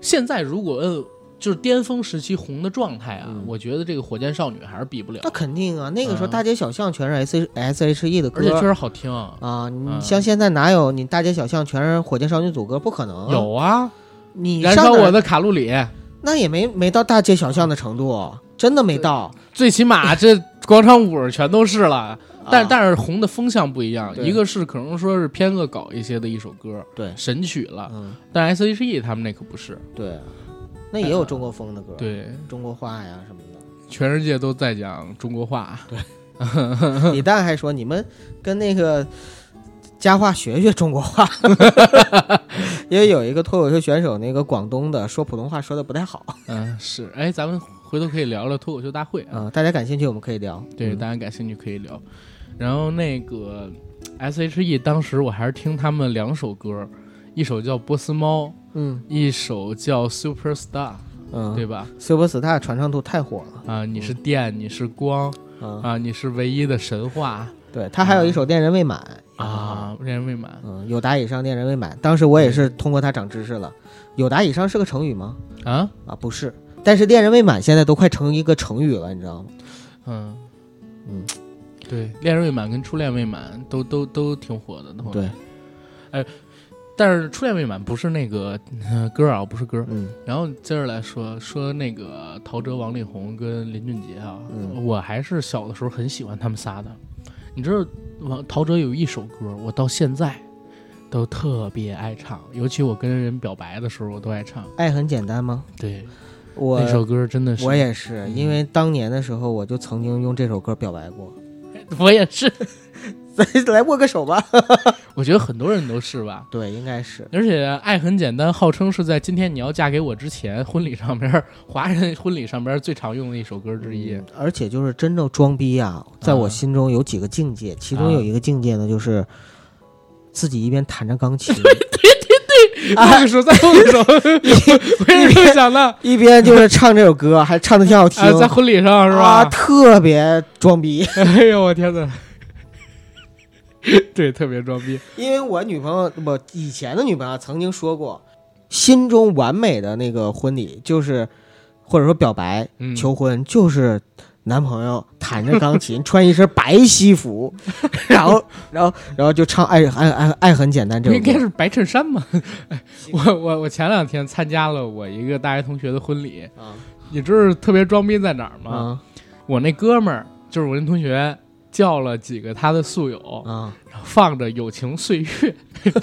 现在如果摁就是巅峰时期红的状态啊，嗯我觉得这个火箭少女还是比不了那，肯定啊，那个时候嗯大街小巷全是 S S H E 的歌，而且确实好听。啊，你嗯像现在哪有你大街小巷全是火箭少女组歌？不可能。有啊，你燃上烧哪我儿的卡路里，那也没没到大街小巷的程度，哦真的没到。最起码这广场舞全都是了。但、啊但是红的风向不一样，对一个是可能说是偏恶搞一些的一首歌，对神曲了，嗯但 S.H.E 他们那可不是，对，那也有中国风的歌，，对，中国话呀什么 的。全世界都在讲中国 话，李诞还说你们跟那个佳话学学中国话， 因为有一个脱口秀选手，那个广东的说普通话说的不 太好嗯，是，哎，咱们回头可以聊聊脱口秀大会啊，啊、大家感兴趣我们可以聊。对，嗯大家感兴趣可以聊。然后那个 S.H.E 当时我还是听他们两首歌，一首叫《波斯猫》，嗯一首叫《Super Star》，嗯，对吧？ ，Superstar 传唱度太火了啊，你是电，你是光，啊、啊，你是唯一的神话对他还有一首《恋人未满》啊，恋人未满嗯，有达以上恋人未满。当时我也是通过他长知识了。有达以上是个成语吗？啊，啊，不是。但是恋人未满现在都快成一个成语了，你知道吗？嗯嗯，对，恋人未满跟初恋未满都都都挺火的，后来对，但是初恋未满不是那个、 呃歌啊，不是歌，嗯然后接着来说说那个陶喆、王力宏跟林俊杰啊，嗯我还是小的时候很喜欢他们仨的。你知道王陶喆有一首歌，我到现在都特别爱唱，尤其我跟人表白的时候，我都爱唱。爱很简单吗？对，我那首歌真的是，嗯我也是，因为当年的时候我就曾经用这首歌表白过， 我也是，来来握个手吧。我觉得很多人都是吧。对，应该是而且《爱很简单》号称是在今天你要嫁给我之前，婚礼上边儿华人婚礼上边儿最常用的一首歌之一。嗯而且就是真正装逼啊，在我啊心中有几个境界，其啊中有一个境界呢，就是自己一边弹 着钢琴，那个时候在婚礼上，我也是 想的啊，一边就是唱这首歌，还唱的挺好听，在婚礼上是啊，吧？特别装逼。哎呦我天 哪！对，特别装逼。因为我女朋友，我以前的女朋友曾经说过，心中完美的那个婚礼就是，或者说表白、嗯，求婚，就是男朋友弹着钢琴，穿一身白 西服，然后，然后，然后就唱爱《爱爱爱很简单》这不首应该歌。是白衬衫吗？ 我我我前两天参加了我一个大学同学的婚礼，啊你知道特别装逼在哪儿吗？啊我那哥们儿就是我那同学，叫了几个他的宿友，啊！然后放着《友情岁月》，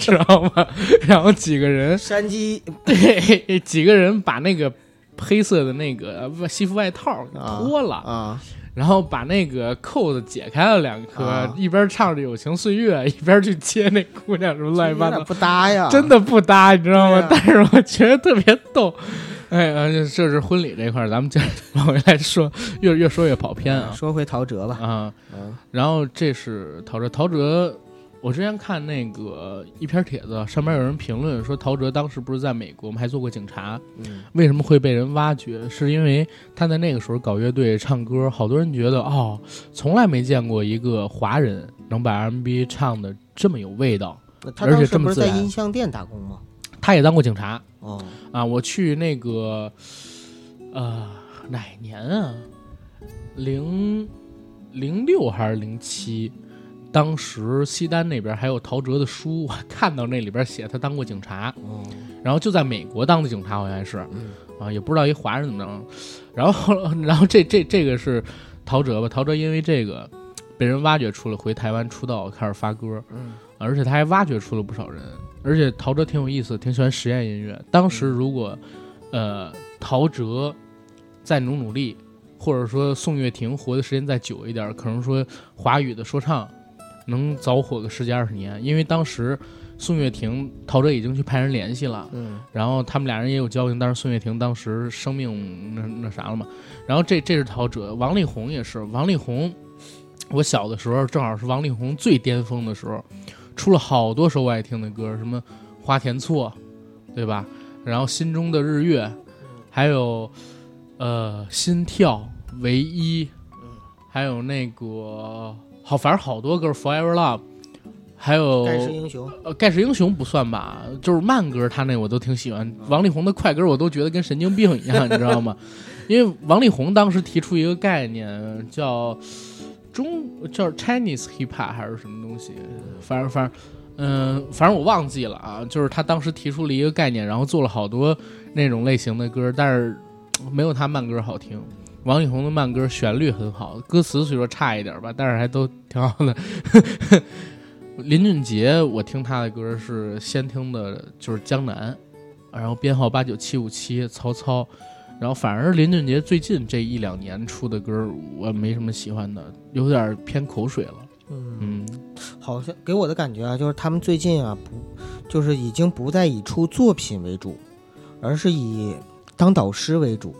知道吗？然后几个人山鸡对，几个人把那个黑色的那个呃西服外套给啊脱了，啊，然后把那个扣子解开了两颗，啊一边唱着《友情岁月》，一边去接那姑娘什么乱七八有点糟，不搭呀，真的不搭，你知道吗？对呀啊但是我觉得特别逗。哎，呃这是婚礼这块儿，咱们接着往回来说，越越说越跑偏啊说回陶喆吧，啊！嗯然后这是陶喆，陶喆，我之前看那个一篇帖子，上面有人评论说，陶喆当时不是在美国吗？还做过警察，嗯为什么会被人挖掘？是因为他在那个时候搞乐队、唱歌，好多人觉得哦，从来没见过一个华人能把 R&B 唱的这么有味道。他而且当这时么不是自在然音像店打工吗？他也当过警察哦，啊，我去那个，呃，哪年啊？零零六还是零七？当时西单那边还有陶喆的书，我看到那里边写他当过警察，哦然后就在美国当的警察，好像是，嗯啊，也不知道一华人怎么着。然后， 然后这这这个是陶喆吧？陶喆因为这个被人挖掘出了，回台湾出道开始发歌，嗯而且他还挖掘出了不少人。而且陶喆挺有意思，挺喜欢实验音乐。当嗯时如果，呃，陶喆再努努力，或者说宋岳庭活的时间再久一点，可能说华语的说唱能早火个十几二十年。因为当时宋岳庭、陶喆已经去派人联系了，嗯然后他们俩人也有交情，但是宋岳庭当时生命那那啥了嘛。然后这这是陶喆，王力宏也是。王力宏，我小的时候正好是王力宏最巅峰的时候，出了好多首我爱听的歌，什么《花田错》，对吧？然后《心中的日月》，还有呃《心跳》《唯一》，还有那个好，反正好多歌，《Forever Love》，还有盖世英雄，呃，盖世英雄不算吧，就是慢歌，他那我都挺喜欢。王力宏的快歌我都觉得跟神经病一样，你知道吗？ 因为王力宏当时提出一个概念叫中叫 Chinese hip hop 还是什么东西，反正反正嗯、反正我忘记了啊。就是他当时提出了一个概念，然后做了好多那种类型的歌，但是呃没有他慢歌好听。王力宏的慢歌旋律很好，歌词虽说差一点吧，但是还都挺好的。林俊杰，我听他的歌是先听的就是《江南》，然后编号八九七五七《曹操》，然后反而林俊杰最近这一两年出的歌我没什么喜欢的，有点偏口水了。嗯，嗯，好像给我的感觉啊，就是他们最近啊，不，就是已经不再以出作品为主，而是以当导师为主，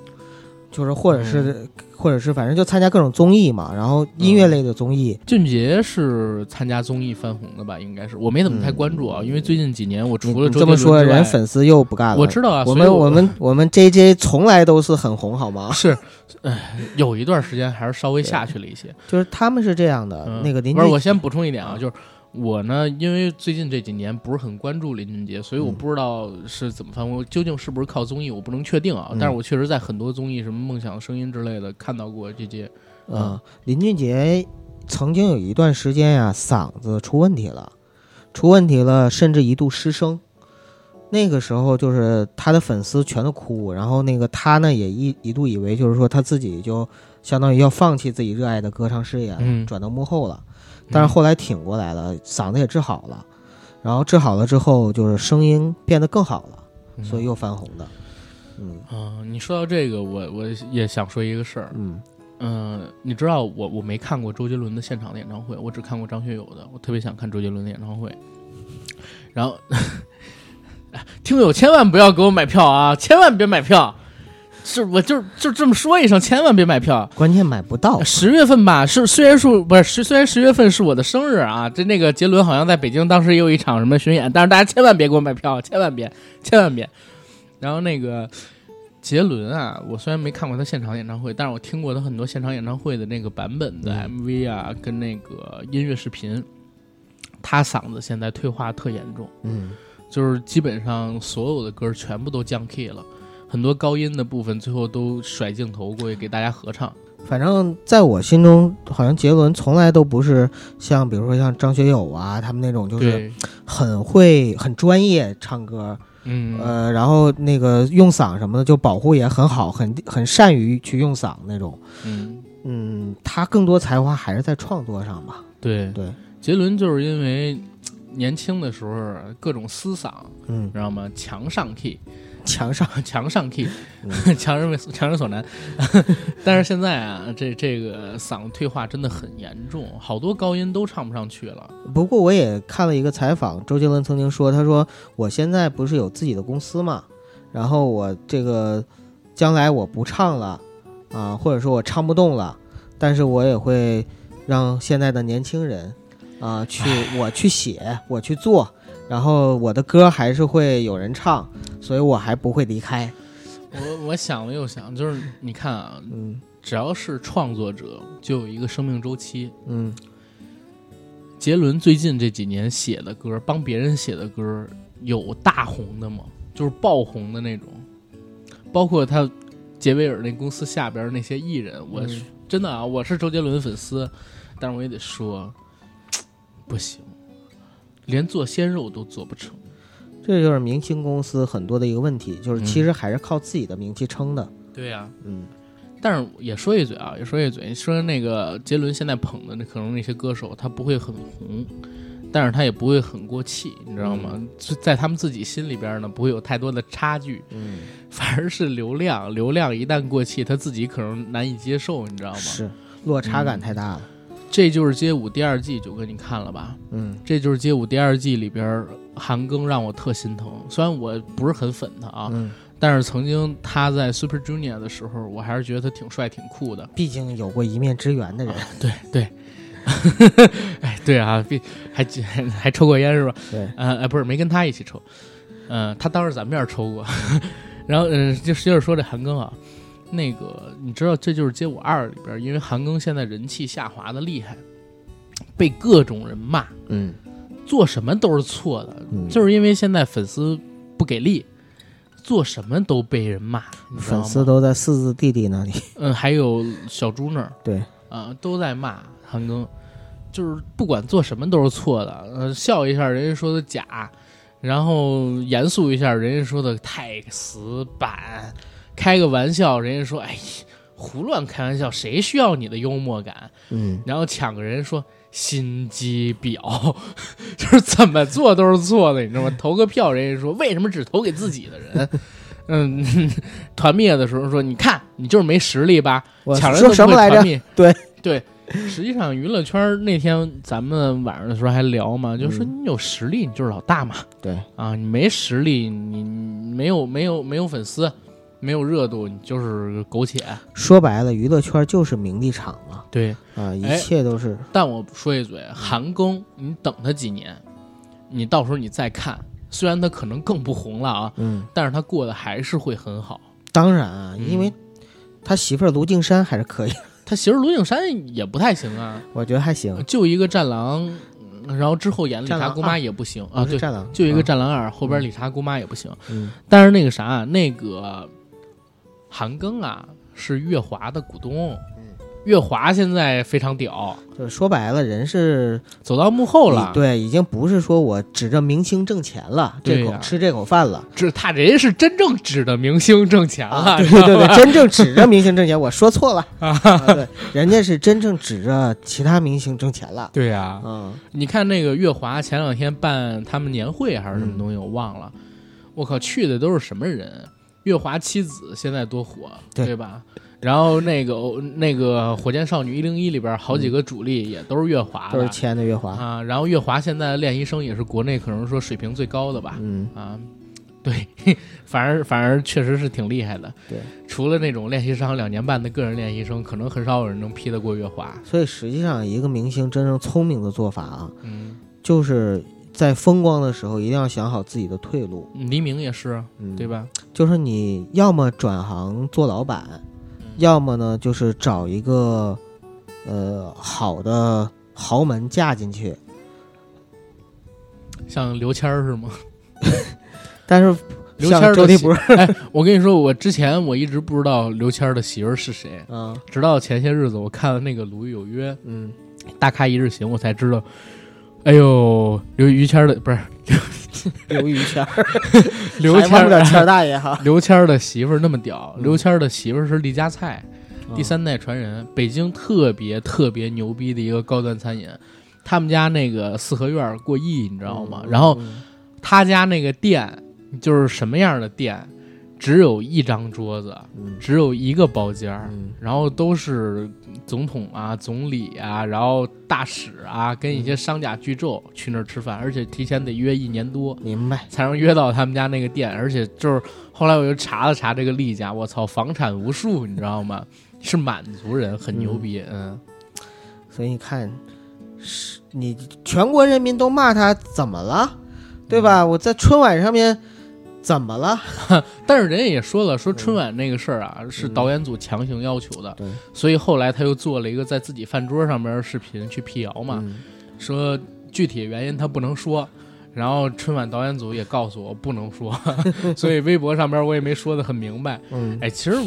就是或者是、嗯或者是反正就参加各种综艺嘛，然后音乐类的综艺，俊杰是参加综艺翻红的吧？应该是，我没怎么太关注啊，因为最近几年我你除了嗯你周这杰伦么说，之外人粉丝又不干了。我知道啊，我所以们我们我们 J J 从来都是很红，好吗？是，哎，有一段时间还是稍微下去了一些。就是他们是这样的，嗯那个林不是，我俊，先补充一点啊，就是我呢，因为最近这几年不是很关注林俊杰，所以我嗯不知道是怎么翻红，究竟是不是靠综艺，我不能确定啊。嗯但是我确实在很多综艺，什么《梦想的声音》之类的，看到过这些。嗯，林俊杰曾经有一段时间呀、嗓子出问题了，出问题了，甚至一度失声。那个时候就是他的粉丝全都哭，然后那个他呢也一一度以为就是说他自己就相当于要放弃自己热爱的歌唱事业了，嗯转到幕后了。但是后来挺过来了，嗓子也治好了，嗯然后治好了之后就是声音变得更好了，所以又翻红的。嗯啊、你说到这个，我我也想说一个事儿。嗯嗯、你知道我我没看过周杰伦的现场的演唱会，我只看过张学友的。我特别想看周杰伦的演唱会。然后， 听友千万不要给我买票啊！千万别买票，是我就就这么说一声，千万别买票。关键买不到，呃十月份吧，是虽然说不是十，虽然十月份是我的生日啊，这那个杰伦好像在北京当时也有一场什么巡演，但是大家千万别给我买票，千万别，千万别。然后那个杰伦啊，我虽然没看过他现场演唱会，但是我听过他很多现场演唱会的那个版本的嗯 MV 啊，跟那个音乐视频，他嗓子现在退化特严重。嗯就是基本上所有的歌全部都降 key 了，很多高音的部分最后都甩镜头过去给大家合唱。反正在我心中，好像杰伦从来都不是像比如说像张学友啊他们那种，就是对，很会很专业唱歌，嗯，呃，然后那个用嗓什么的就保护也很好，很很善于去用嗓那种。嗯，嗯，他更多才华还是在创作上吧。对，对，杰伦就是因为年轻的时候各种撕嗓，嗯，知道吗？强上 key， 墙上，强上 key，嗯 强人为强人所难。但是现在啊，这这个嗓子退化真的很严重，好多高音都唱不上去了。不过我也看了一个采访，周杰伦曾经说，他说我现在不是有自己的公司嘛，然后我这个将来我不唱了啊，或者说我唱不动了，但是我也会让现在的年轻人啊去我去写，我去做。然后我的歌还是会有人唱，所以我还不会离开。我我想了又想，就是你看啊，嗯只要是创作者，就有一个生命周期。嗯杰伦最近这几年写的歌，帮别人写的歌，有大红的吗？就是爆红的那种，包括他杰威尔那公司下边那些艺人，我是、嗯真的啊，我是周杰伦粉丝，但是我也得说，不行，连做鲜肉都做不成。这就是明星公司很多的一个问题，就是嗯其实还是靠自己的名气撑的。对呀、嗯但是也说一嘴啊，也说一嘴，说那个杰伦现在捧的那可能那些歌手，他不会很红，但是他也不会很过气，你知道吗？就在他们自己心里边呢，不会有太多的差距，嗯，反而是流量，流量一旦过气，他自己可能难以接受，你知道吗？嗯是落差感太大了。这就是街舞第二季，九哥你看了吧？嗯这就是街舞第二季里边韩庚让我特心疼，虽然我不是很粉他啊，嗯，但是曾经他在 Super Junior 的时候，我还是觉得他挺帅、挺酷的。毕竟有过一面之缘的人，对对，哎 对啊，毕还还 还抽过烟是吧？对，呃呃不是没跟他一起抽，嗯，他当着咱面儿抽过， 然后嗯、呃、就接着说这韩庚啊，那个你知道这就是街舞二里边儿，因为韩庚现在人气下滑的厉害，被各种人骂，嗯做什么都是错的，嗯就是因为现在粉丝不给力。做什么都被人骂，你知道粉吗丝都在四字弟弟那里。嗯，还有小猪那儿， 对，啊、都在骂韩庚，就是不管做什么都是错的，呃，笑一下人家说的假，然后严肃一下人家说的太死板，开个玩笑人家说哎，胡乱开玩笑，谁需要你的幽默感？嗯，然后抢个人说心机婊， 就是怎么做都是错的，你知道吗？投个票，人家说为什么只投给自己的人？嗯， 团灭的时候说，你看你就是没实力吧？我抢人说什么来着？？对 对，实际上娱乐圈那天咱们晚上的时候还聊嘛，就嗯说你有实力你就是老大嘛，对啊，你没实力你你没有没有没有粉丝，没有热度，你就是苟且。说白了，娱乐圈就是名利场嘛，对，啊，哎一切都是。但我说一嘴，韩庚，你等他几年，你到时候你再看，虽然他可能更不红了啊，嗯，但是他过得还是会很好。当然啊，嗯因为他媳妇儿卢靖姗还是可以， 他媳妇卢景山也不太行啊，我觉得还行。就一个战狼，嗯然后之后演理战查狼姑妈二也不行啊，不是对，战狼就一个啊战狼二，后边理查姑妈也不行。嗯但是那个啥，那个韩庚啊是月华的股东，嗯月华现在非常屌，就是说白了，人是走到幕后了，嗯对，已经不是说我指着明星挣钱了，对这呀口吃这口饭了这他人是真正指的明星挣钱了，啊对对对，真正指着明星挣钱，我说错了啊，对，人家是真正指着其他明星挣钱了，对呀、嗯，你看那个月华前嗯两天办他们年会还是什么东西，我忘了。我靠，去的都是什么人？月华妻子现在多火，对吧？然后那个那个火箭少女一零一里边好几个主力也都是月华都的是签的月华，啊，然后月华现在的练习生也是国内可能说水平最高的吧，嗯，啊，对， 反而反而确实是挺厉害的。对，除了那种练习生两年半的个人练习生，可能很少有人能批得过月华。所以实际上一个明星真正聪明的做法啊，嗯，就是在风光的时候一定要想好自己的退路，黎明也是，嗯，对？吧？就是你要么转行做老板，嗯要么呢就是找一个呃好的豪门嫁进去，像刘谦儿是吗？ 但是刘谦像儿周的立媳波儿，我跟你说，我之前我一直不知道刘谦儿的媳妇儿是谁，嗯直到前些日子我看了那个《鲁豫有约嗯，》大咖一日行，我才知道。哎呦，刘于谦儿的不是 刘于谦儿，刘还忘谦不了谦儿儿，大爷哈。刘谦儿的媳妇儿那么屌，嗯刘谦儿的媳妇儿是李家菜， 第嗯三代传人，北京特别特别牛逼的一个高端餐饮。他们家那个四合院儿过亿，你知道吗？嗯然后嗯他家那个店就是什么样的店，只有一张桌子，嗯只有一个包间儿，嗯然后都是总统啊、总理啊，然后大使啊，跟一嗯些商家巨胄去那儿吃饭，而且提前得约一年多。嗯明白，才能约到他们家那个店，而且就是后来我又查了查这个例假，我操，房产无数，你知道吗？是满族人，很牛逼，嗯，所以你看，是你全国人民都骂他怎么了，对嗯吧？我在春晚上面怎么了？但是人家也说了，说春晚那个事儿啊，是导演组强行要求的，嗯对所以后来他又做了一个在自己饭桌上面的视频去辟谣嘛，嗯说具体原因他不能说。然后春晚导演组也告诉我不能说， 所以微博上边我也没说的很明白。嗯，哎，其实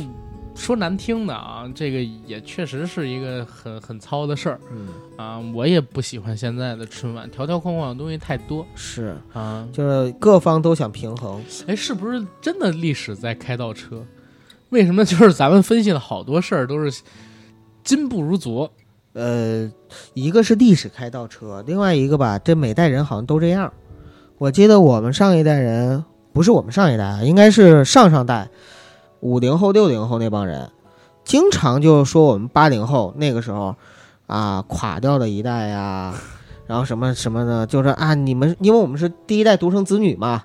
说难听的啊，这个也确实是一个很很糙的事儿嗯啊。我也不喜欢现在的春晚，条条框框的东西太多是，啊。就是各方都想平衡，哎，是不是真的历史在开倒车？为什么就是咱们分析了好多事儿都是今不如昨？呃，一个是历史开倒车，另外一个吧，这每代人好像都这样。我记得我们上一代人，不是我们上一代啊，应该是上上代，五零后、六零后那帮人，经常就说我们八零后那个时候啊，垮掉的一代呀、然后什么什么的，就是啊，你们因为我们是第一代独生子女嘛，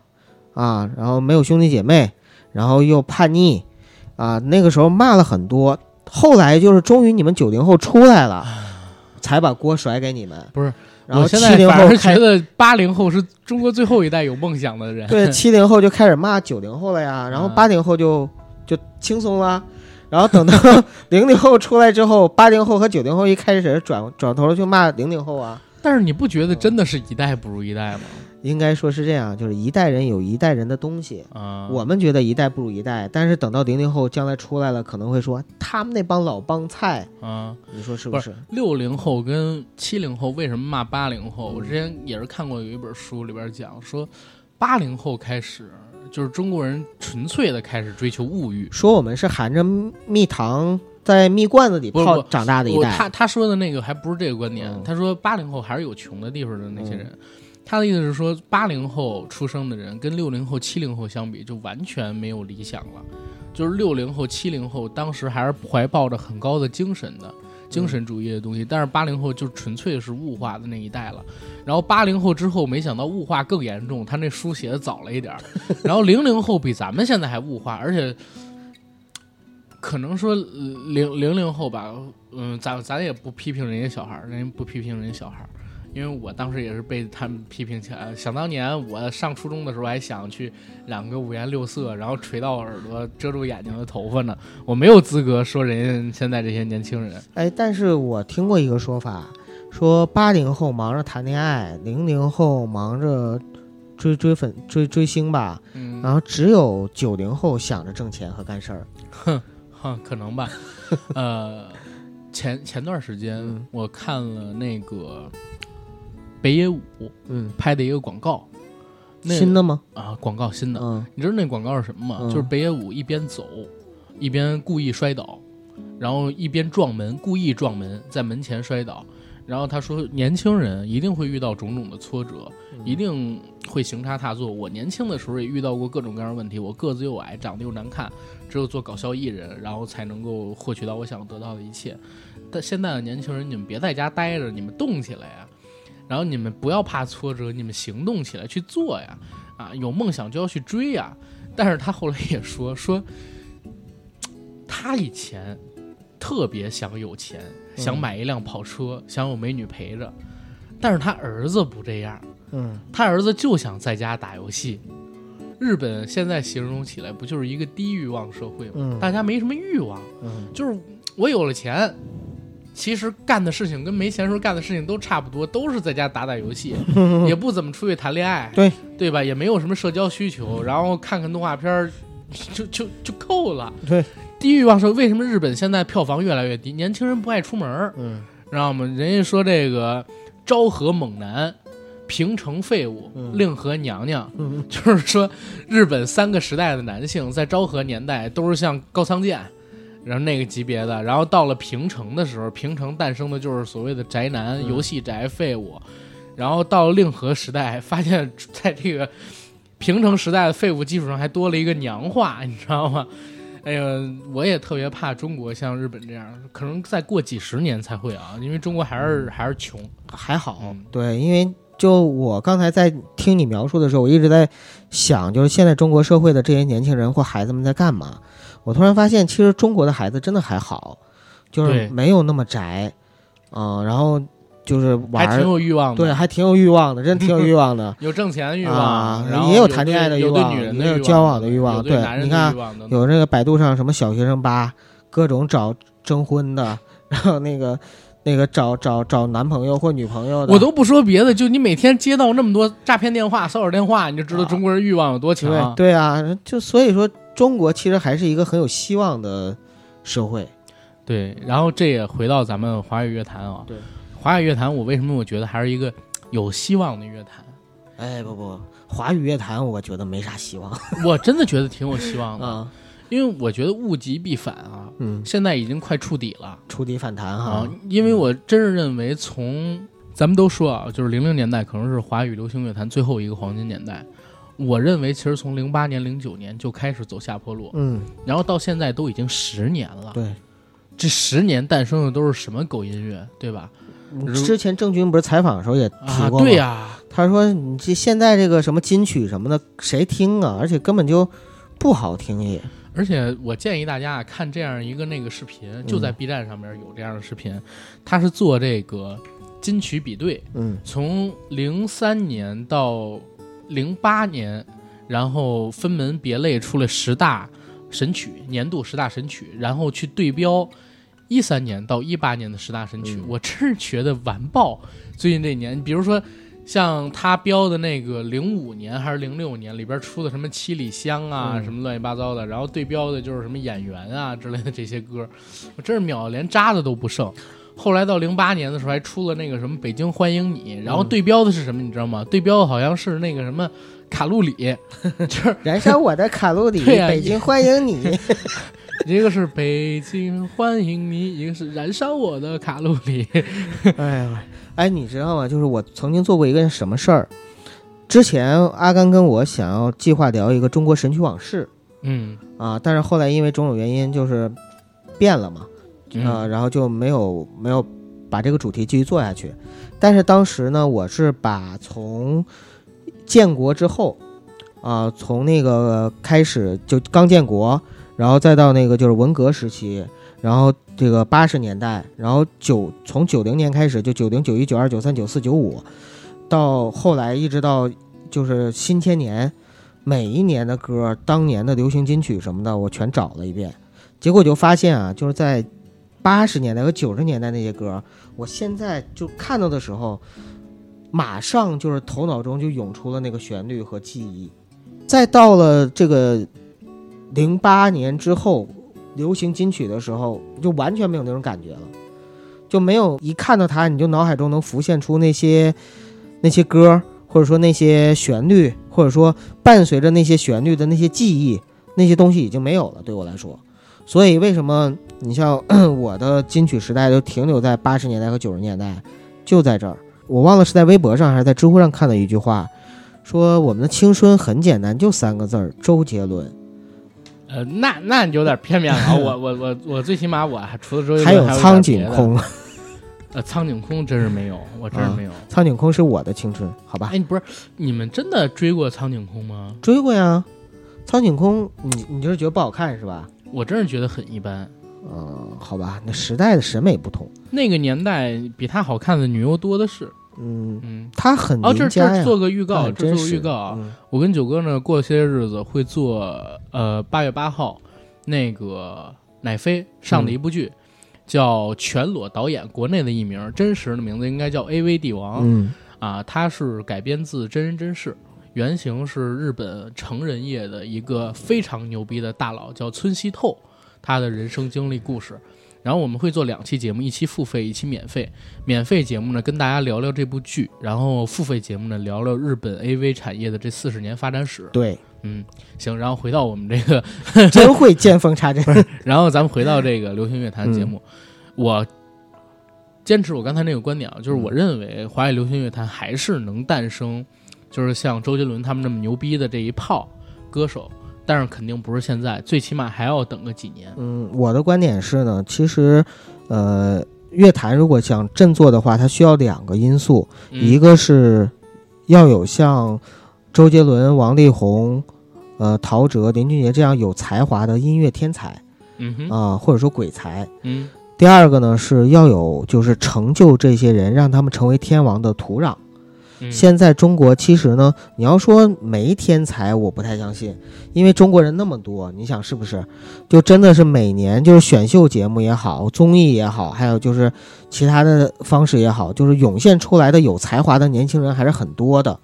啊，然后没有兄弟姐妹，然后又叛逆，啊，那个时候骂了很多。后来就是终于你们九零后出来了，才把锅甩给你们。不是，然后我现七在零反后而开觉得八零后是中国最后一代有梦想的 人。对，七零后就开始骂九零后了呀，然后嗯八零后就就轻松了，然后 等到零零后出来之后，八零后和九零后一开始转转头就骂零零后啊，但是你不觉得真的是一代不如一代吗？应该说是这样，就是一代人有一代人的东西。啊，我们觉得一代不如一代，但是等到零零后将来出来了，可能会说他们那帮老帮菜，啊，你说是不是？六零后跟七零后为什么骂八零后？我之前也是看过有一本书里边讲说，八零后开始就是中国人纯粹的开始追求物欲。说我们是含着蜜糖在蜜罐子里不泡不长大的一我他代，他说的那个还不是这个观点，嗯他说八零后还是有穷的地方的那些人。他的意思是说，八零后出生的人跟六零后、七零后相比，就完全没有理想了。就是六零后、七零后当时还是怀抱着很高的精神的精神主义的东西，但是八零后就纯粹是物化的那一代了。然后八零后之后，没想到物化更严重，他那书写的早了一点儿。然后零零后比咱们现在还物化，而且可能说呃零零零后吧，嗯，咱咱也不批评人家小孩儿，人家不批评人家小孩儿，因为我当时也是被他们批评起来。呃想当年我上初中的时候还想去染个五颜六色，然后垂到耳朵遮住眼睛的头发呢，我没有资格说人家现在这些年轻人。哎，但是我听过一个说法，说八零后忙着谈恋爱，零零后忙着追追粉追追星吧，嗯，然后只有九零后想着挣钱和干事儿。哈，可能吧。呃，前前段时间嗯我看了那个北野武嗯，拍的一个广告，那新的吗？啊，广告新的。嗯你知道那广告是什么吗？嗯就是北野武一边走，一边故意摔倒，然后一边撞门，故意撞门，在门前摔倒，然后他说，年轻人一定会遇到种种的挫折，嗯一定会行差踏错。我年轻的时候也遇到过各种各样的问题，我个子又矮，长得又难看，只有做搞笑艺人，然后才能够获取到我想得到的一切。但现在的年轻人，你们别在家待着，你们动起来呀、然后你们不要怕挫折，你们行动起来去做呀！啊，有梦想就要去追呀！但是他后来也说说，他以前特别想有钱，想嗯买一辆跑车，想有美女陪着，但是他儿子不这样，嗯他儿子就想在家打游戏。日本现在形容起来不就是一个低欲望社会吗？嗯大家没什么欲望，嗯就是我有了钱，其实干的事情跟没钱时候干的事情都差不多，都是在家打打游 戏，也不怎么出去谈恋爱，对对吧？也没有什么社交需求，然后看看动画片儿，就就就够了。对，低欲望社会为什么日本现在票房越来越低？年轻人不爱出门儿，嗯知道吗？人家说这个昭和猛男，平成废物，嗯令和娘娘。嗯就是说，日本三个时代的男性在昭和年代都是像高仓健，然后那个级别的，然后到了平成的时候，平成诞生的就是所谓的宅男、嗯游戏宅、废物，然后到了令和时代，发现在这个平成时代的废物基础上还多了一个娘化，你知道吗？哎呀，我也特别怕中国像日本这样，可能再过几十年才会啊，因为中国还是嗯还是穷，还好，对，因为就我刚才在听你描述的时候，我一直在想，就是现在中国社会的这些年轻人或孩子们在干嘛？我突然发现，其实中国的孩子真的还好，就对是没有那么宅，嗯、然后就是还玩挺儿，有欲望的，对，还挺有欲望的，真挺有欲 望的。有挣钱的欲望，啊然后也有有谈恋爱的对欲有对望女人的也有欲望交往的欲望有对对男人你的看欲望等等有那个百度上什么小学生吧，各种找征婚的，然后那个那个找找找男朋友或女朋友的，我都不说别的，就你每天接到那么多诈骗电话、骚扰电话，你就知道啊中国人欲望有多强。对对啊，就所以说中国其实还是一个很有希望的社会，对然后这也回到咱们华语乐坛啊。对，华语乐坛，我为什么我觉得还是一个有希望的乐坛？哎不不，华语乐坛我觉得没啥希望我真的觉得挺有希望的，啊，因为我觉得物极必反啊， 嗯，现在已经快触底了。触底反弹哈啊，，因为我真是认为从咱们都说啊，就是零零年代可能是华语流行乐坛最后一个黄金年代。我认为其实从零八年、零九年就开始走下坡路，嗯，然后到现在都已经十年了。对，这十年诞生的都是什么狗音乐，对吧？嗯如之前郑钧不是采访的时候也提啊，过吗？对呀、他说：“你这现在这个什么金曲什么的，谁听啊？而且根本就不好听也。而且我建议大家啊，看这样一个那个视频，就在 B 站上面有这样的视频，他是做这个金曲比对， 嗯从零三年到零八年，然后分门别类出了十大神曲，年度十大神曲，然后去对标一三年到一八年的十大神曲，嗯我真是觉得完爆。最近这一年，比如说像他标的那个零五年还是零六年里边出的什么《七里香》啊，嗯什么乱七八糟的，然后对标的就是什么演员啊之类的这些歌，我真是秒连渣子都不剩。后来到零八年的时候还出了那个什么《北京欢迎你》，然嗯后对标的是什么，你知道吗？对标的好像是那个什么卡路 里，就是燃烧我的卡路里，对啊北京欢迎 你。一个是北京欢迎你，一个是燃烧我的卡路里。哎呀，哎，你知道吗？就是我曾经做过一个什么事儿。之前阿甘跟我想要计划聊一个中国神曲往事嗯，啊，但是后来因为种种原因就是变了嘛，嗯啊，然后就没有没有把这个主题继续做下去。但是当时呢，我是把从建国之后，啊、从那个开始就刚建国，然后再到那个就是文革时期，然后这个八十年代，然后九从九零年开始，就九零、九一、九二、九三、九四、九五，到后来一直到就是新千年，每一年的歌，当年的流行金曲什么的，我全找了一遍。结果就发现啊，就是在八十年代和九十年代那些歌，我现在就看到的时候，马上就是头脑中就涌出了那个旋律和记忆。再到了这个零八年之后，流行金曲的时候，就完全没有那种感觉了，就没有一看到它，你就脑海中能浮现出那些那些歌，或者说那些旋律，或者说伴随着那些旋律的那些记忆，那些东西已经没有了。对我来说，所以为什么你像我的金曲时代就停留在八十年代和九十年代，就在这儿。我忘了是在微博上还是在知乎上看的一句话，说我们的青春很简单，就三个字儿：周杰伦。呃，那那你有点片面了。啊我我我我最起码我还除了周杰伦还有点苍井别的，空，啊呃，苍井空真是没有，我真是没有。 苍井空是我的青春，好吧？哎，不是你们真的追过苍井空吗？追过呀，苍井空，你你就是觉得不好看是吧？我真是觉得很一般。嗯，好吧，那时代的审美不同。那个年代比她好看的女优多的是。嗯，嗯，他很哦，这邻这家儿呀，做个预他告，很这儿真做个实预告啊。嗯我跟九哥呢，过些日子会做呃八月八号那个奶飞上的一部剧，叫《全裸导演》，国内的艺名，真实的名字应该叫 A V 帝王、嗯啊，它是改编自真人真事。原型是日本成人业的一个非常牛逼的大佬，叫村西透，他的人生经历故事。然后我们会做两期节目，一期付费，一期免费。免费节目呢，跟大家聊聊这部剧；然后付费节目呢，聊聊日本 AV 产业的这四十年发展史。对，嗯，行，然后回到我们这个，真会见缝插针。然后咱们回到这个流行乐坛嗯节目，我坚持我刚才那个观点啊，就是我认为华语流行乐坛还是能诞生，就是像周杰伦他们这么牛逼的这一炮歌手，但是肯定不是现在，最起码还要等个几年。嗯，我的观点是呢，其实，呃，乐坛如果想振作的话，它需要两个因素，一个个是要有像周杰伦、王力宏、呃陶喆、林俊杰这样有才华的音乐天才嗯哼啊、或者说鬼才。嗯第二个呢是要有就是成就这些人，让他们成为天王的土壤。嗯现在中国其实呢，你要说没天才，我不太相信，因为中国人那么多，你想是不是？就真的是每年就是选秀节目也好，综艺也好，还有就是其他的方式也好，就是涌现出来的有才华的年轻人还是很多的。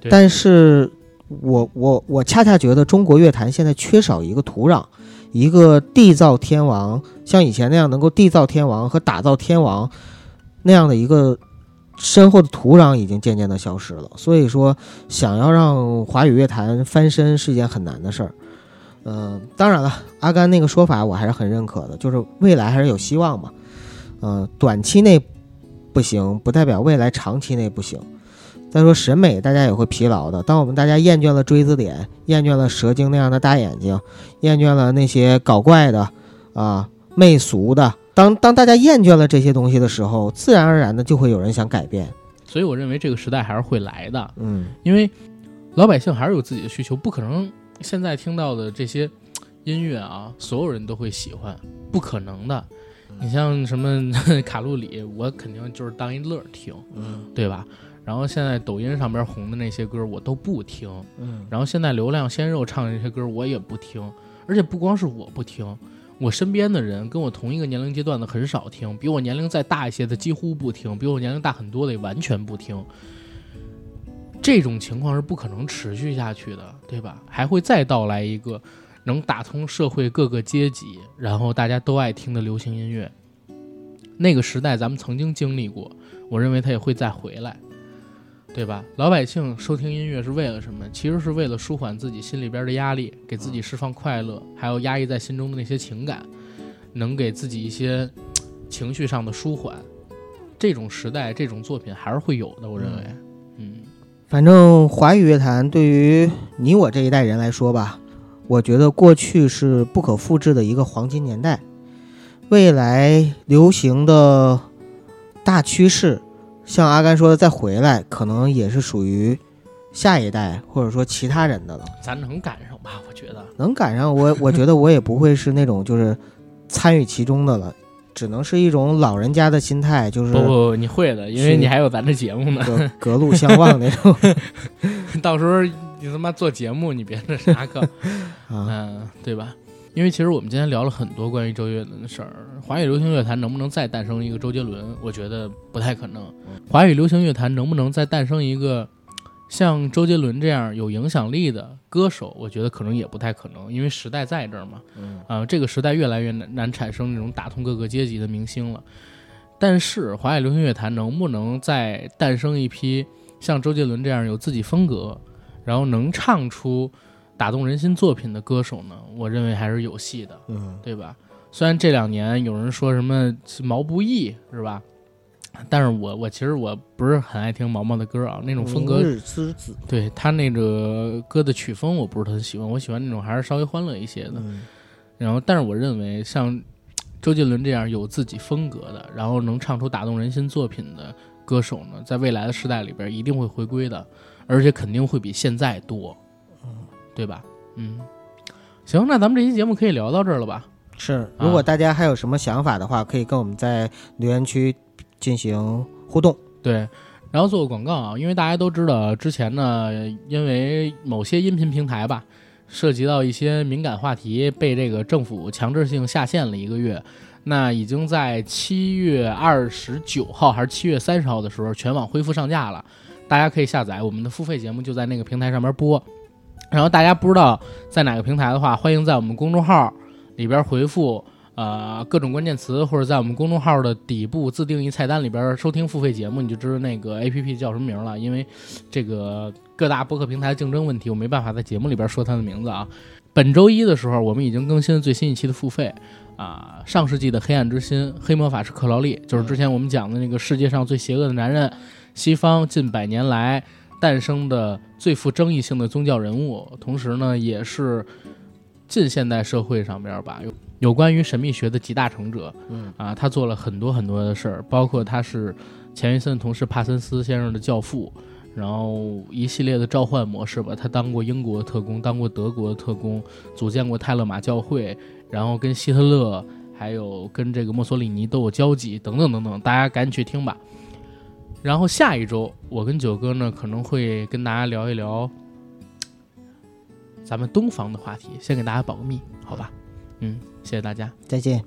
对但是我我我恰恰觉得中国乐坛现在缺少一个土壤，一个缔造天王，像以前那样能够缔造天王和打造天王那样的一个身后的土壤已经渐渐的消失了。所以说，想要让华语乐坛翻身是一件很难的事儿。呃，当然了，阿甘那个说法我还是很认可的，就是未来还是有希望嘛。呃，短期内不行，不代表未来长期内不行。再说审美，大家也会疲劳的。当我们大家厌倦了锥子脸，厌倦了蛇精那样的大眼睛，厌倦了那些搞怪的啊媚俗的，当当大家厌倦了这些东西的时候，自然而然的就会有人想改变。所以我认为这个时代还是会来的。嗯，因为老百姓还是有自己的需求，不可能现在听到的这些音乐啊，所有人都会喜欢，不可能的。嗯你像什么 卡路里，我肯定就是当一乐儿听，嗯对吧？然后现在抖音上边红的那些歌我都不听，嗯然后现在流量鲜肉唱的那些歌我也不听，而且不光是我不听，我身边的人跟我同一个年龄阶段的很少听，比我年龄再大一些的几乎不听，比我年龄大很多的也完全不听。这种情况是不可能持续下去的，对吧？还会再到来一个能打通社会各个阶级，然后大家都爱听的流行音乐。那个时代咱们曾经经历过，我认为它也会再回来。对吧？老百姓收听音乐是为了什么？其实是为了舒缓自己心里边的压力，给自己释放快乐，还有压抑在心中的那些情感，能给自己一些嘖情绪上的舒缓。这种时代，这种作品还是会有的，我认为。嗯反正华语乐坛对于你我这一代人来说吧，我觉得过去是不可复制的一个黄金年代，未来流行的大趋势，像阿甘说的再回来，可能也是属于下一代或者说其他人的了。咱能赶上吧？我觉得。能赶上 我，我觉得我也不会是那种就是参与其中的了，只能是一种老人家的心态，就是不不不，你会的，因为嗯是你还有咱这节目呢。 隔隔路相望那种到时候你他妈做节目，你别那啥可。啊。嗯，对吧？因为其实我们今天聊了很多关于周杰伦的事儿，华语流行乐坛能不能再诞生一个周杰伦，我觉得不太可能。华语流行乐坛能不能再诞生一个像周杰伦这样有影响力的歌手，我觉得可能也不太可能，因为时代在这儿嘛。嗯啊、这个时代越来越难难产生那种打通各个阶级的明星了。但是华语流行乐坛能不能再诞生一批像周杰伦这样有自己风格，然后能唱出打动人心作品的歌手呢？我认为还是有戏的，嗯对吧？虽然这两年有人说什么毛不易是吧，但是我我其实我不是很爱听毛毛的歌啊，那种风格明日之子，对他那个歌的曲风我不是很喜欢，我喜欢那种还是稍微欢乐一些的。嗯，然后，但是我认为像周杰伦这样有自己风格的，然后能唱出打动人心作品的歌手呢，在未来的时代里边一定会回归的，而且肯定会比现在多，对吧？嗯，行，那咱们这期节目可以聊到这儿了吧？是。如果大家还有什么想法的话，可以跟我们在留言区进行互动。对。然后做个广告啊，因为大家都知道，之前呢，因为某些音频平台吧，涉及到一些敏感话题，被这个政府强制性下线了一个月。那已经在七月二十九号还是七月三十号的时候，全网恢复上架了。大家可以下载我们的付费节目，就在那个平台上面播。然后大家不知道在哪个平台的话，欢迎在我们公众号里边回复呃各种关键词，或者在我们公众号的底部自定义菜单里边收听付费节目，你就知道那个 A P P 叫什么名了。因为这个各大播客平台竞争问题，我没办法在节目里边说它的名字啊。本周一的时候，我们已经更新了最新一期的付费啊，上世纪的黑暗之心，黑魔法师克劳利，就是之前我们讲的那个世界上最邪恶的男人，西方近百年来诞生的最富争议性的宗教人物，同时呢，也是近现代社会上边吧有有关于神秘学的集大成者嗯啊，他做了很多很多的事儿，包括他是钱学森同事帕森斯先生的教父，然后一系列的召唤模式吧，他当过英国特工，当过德国特工，组建过泰勒马教会，然后跟希特勒还有跟这个墨索里尼都有交集，等等等等，大家赶紧去听吧。然后下一周，我跟九哥呢可能会跟大家聊一聊咱们东方的话题，先给大家保个密，好吧？嗯，谢谢大家。再见。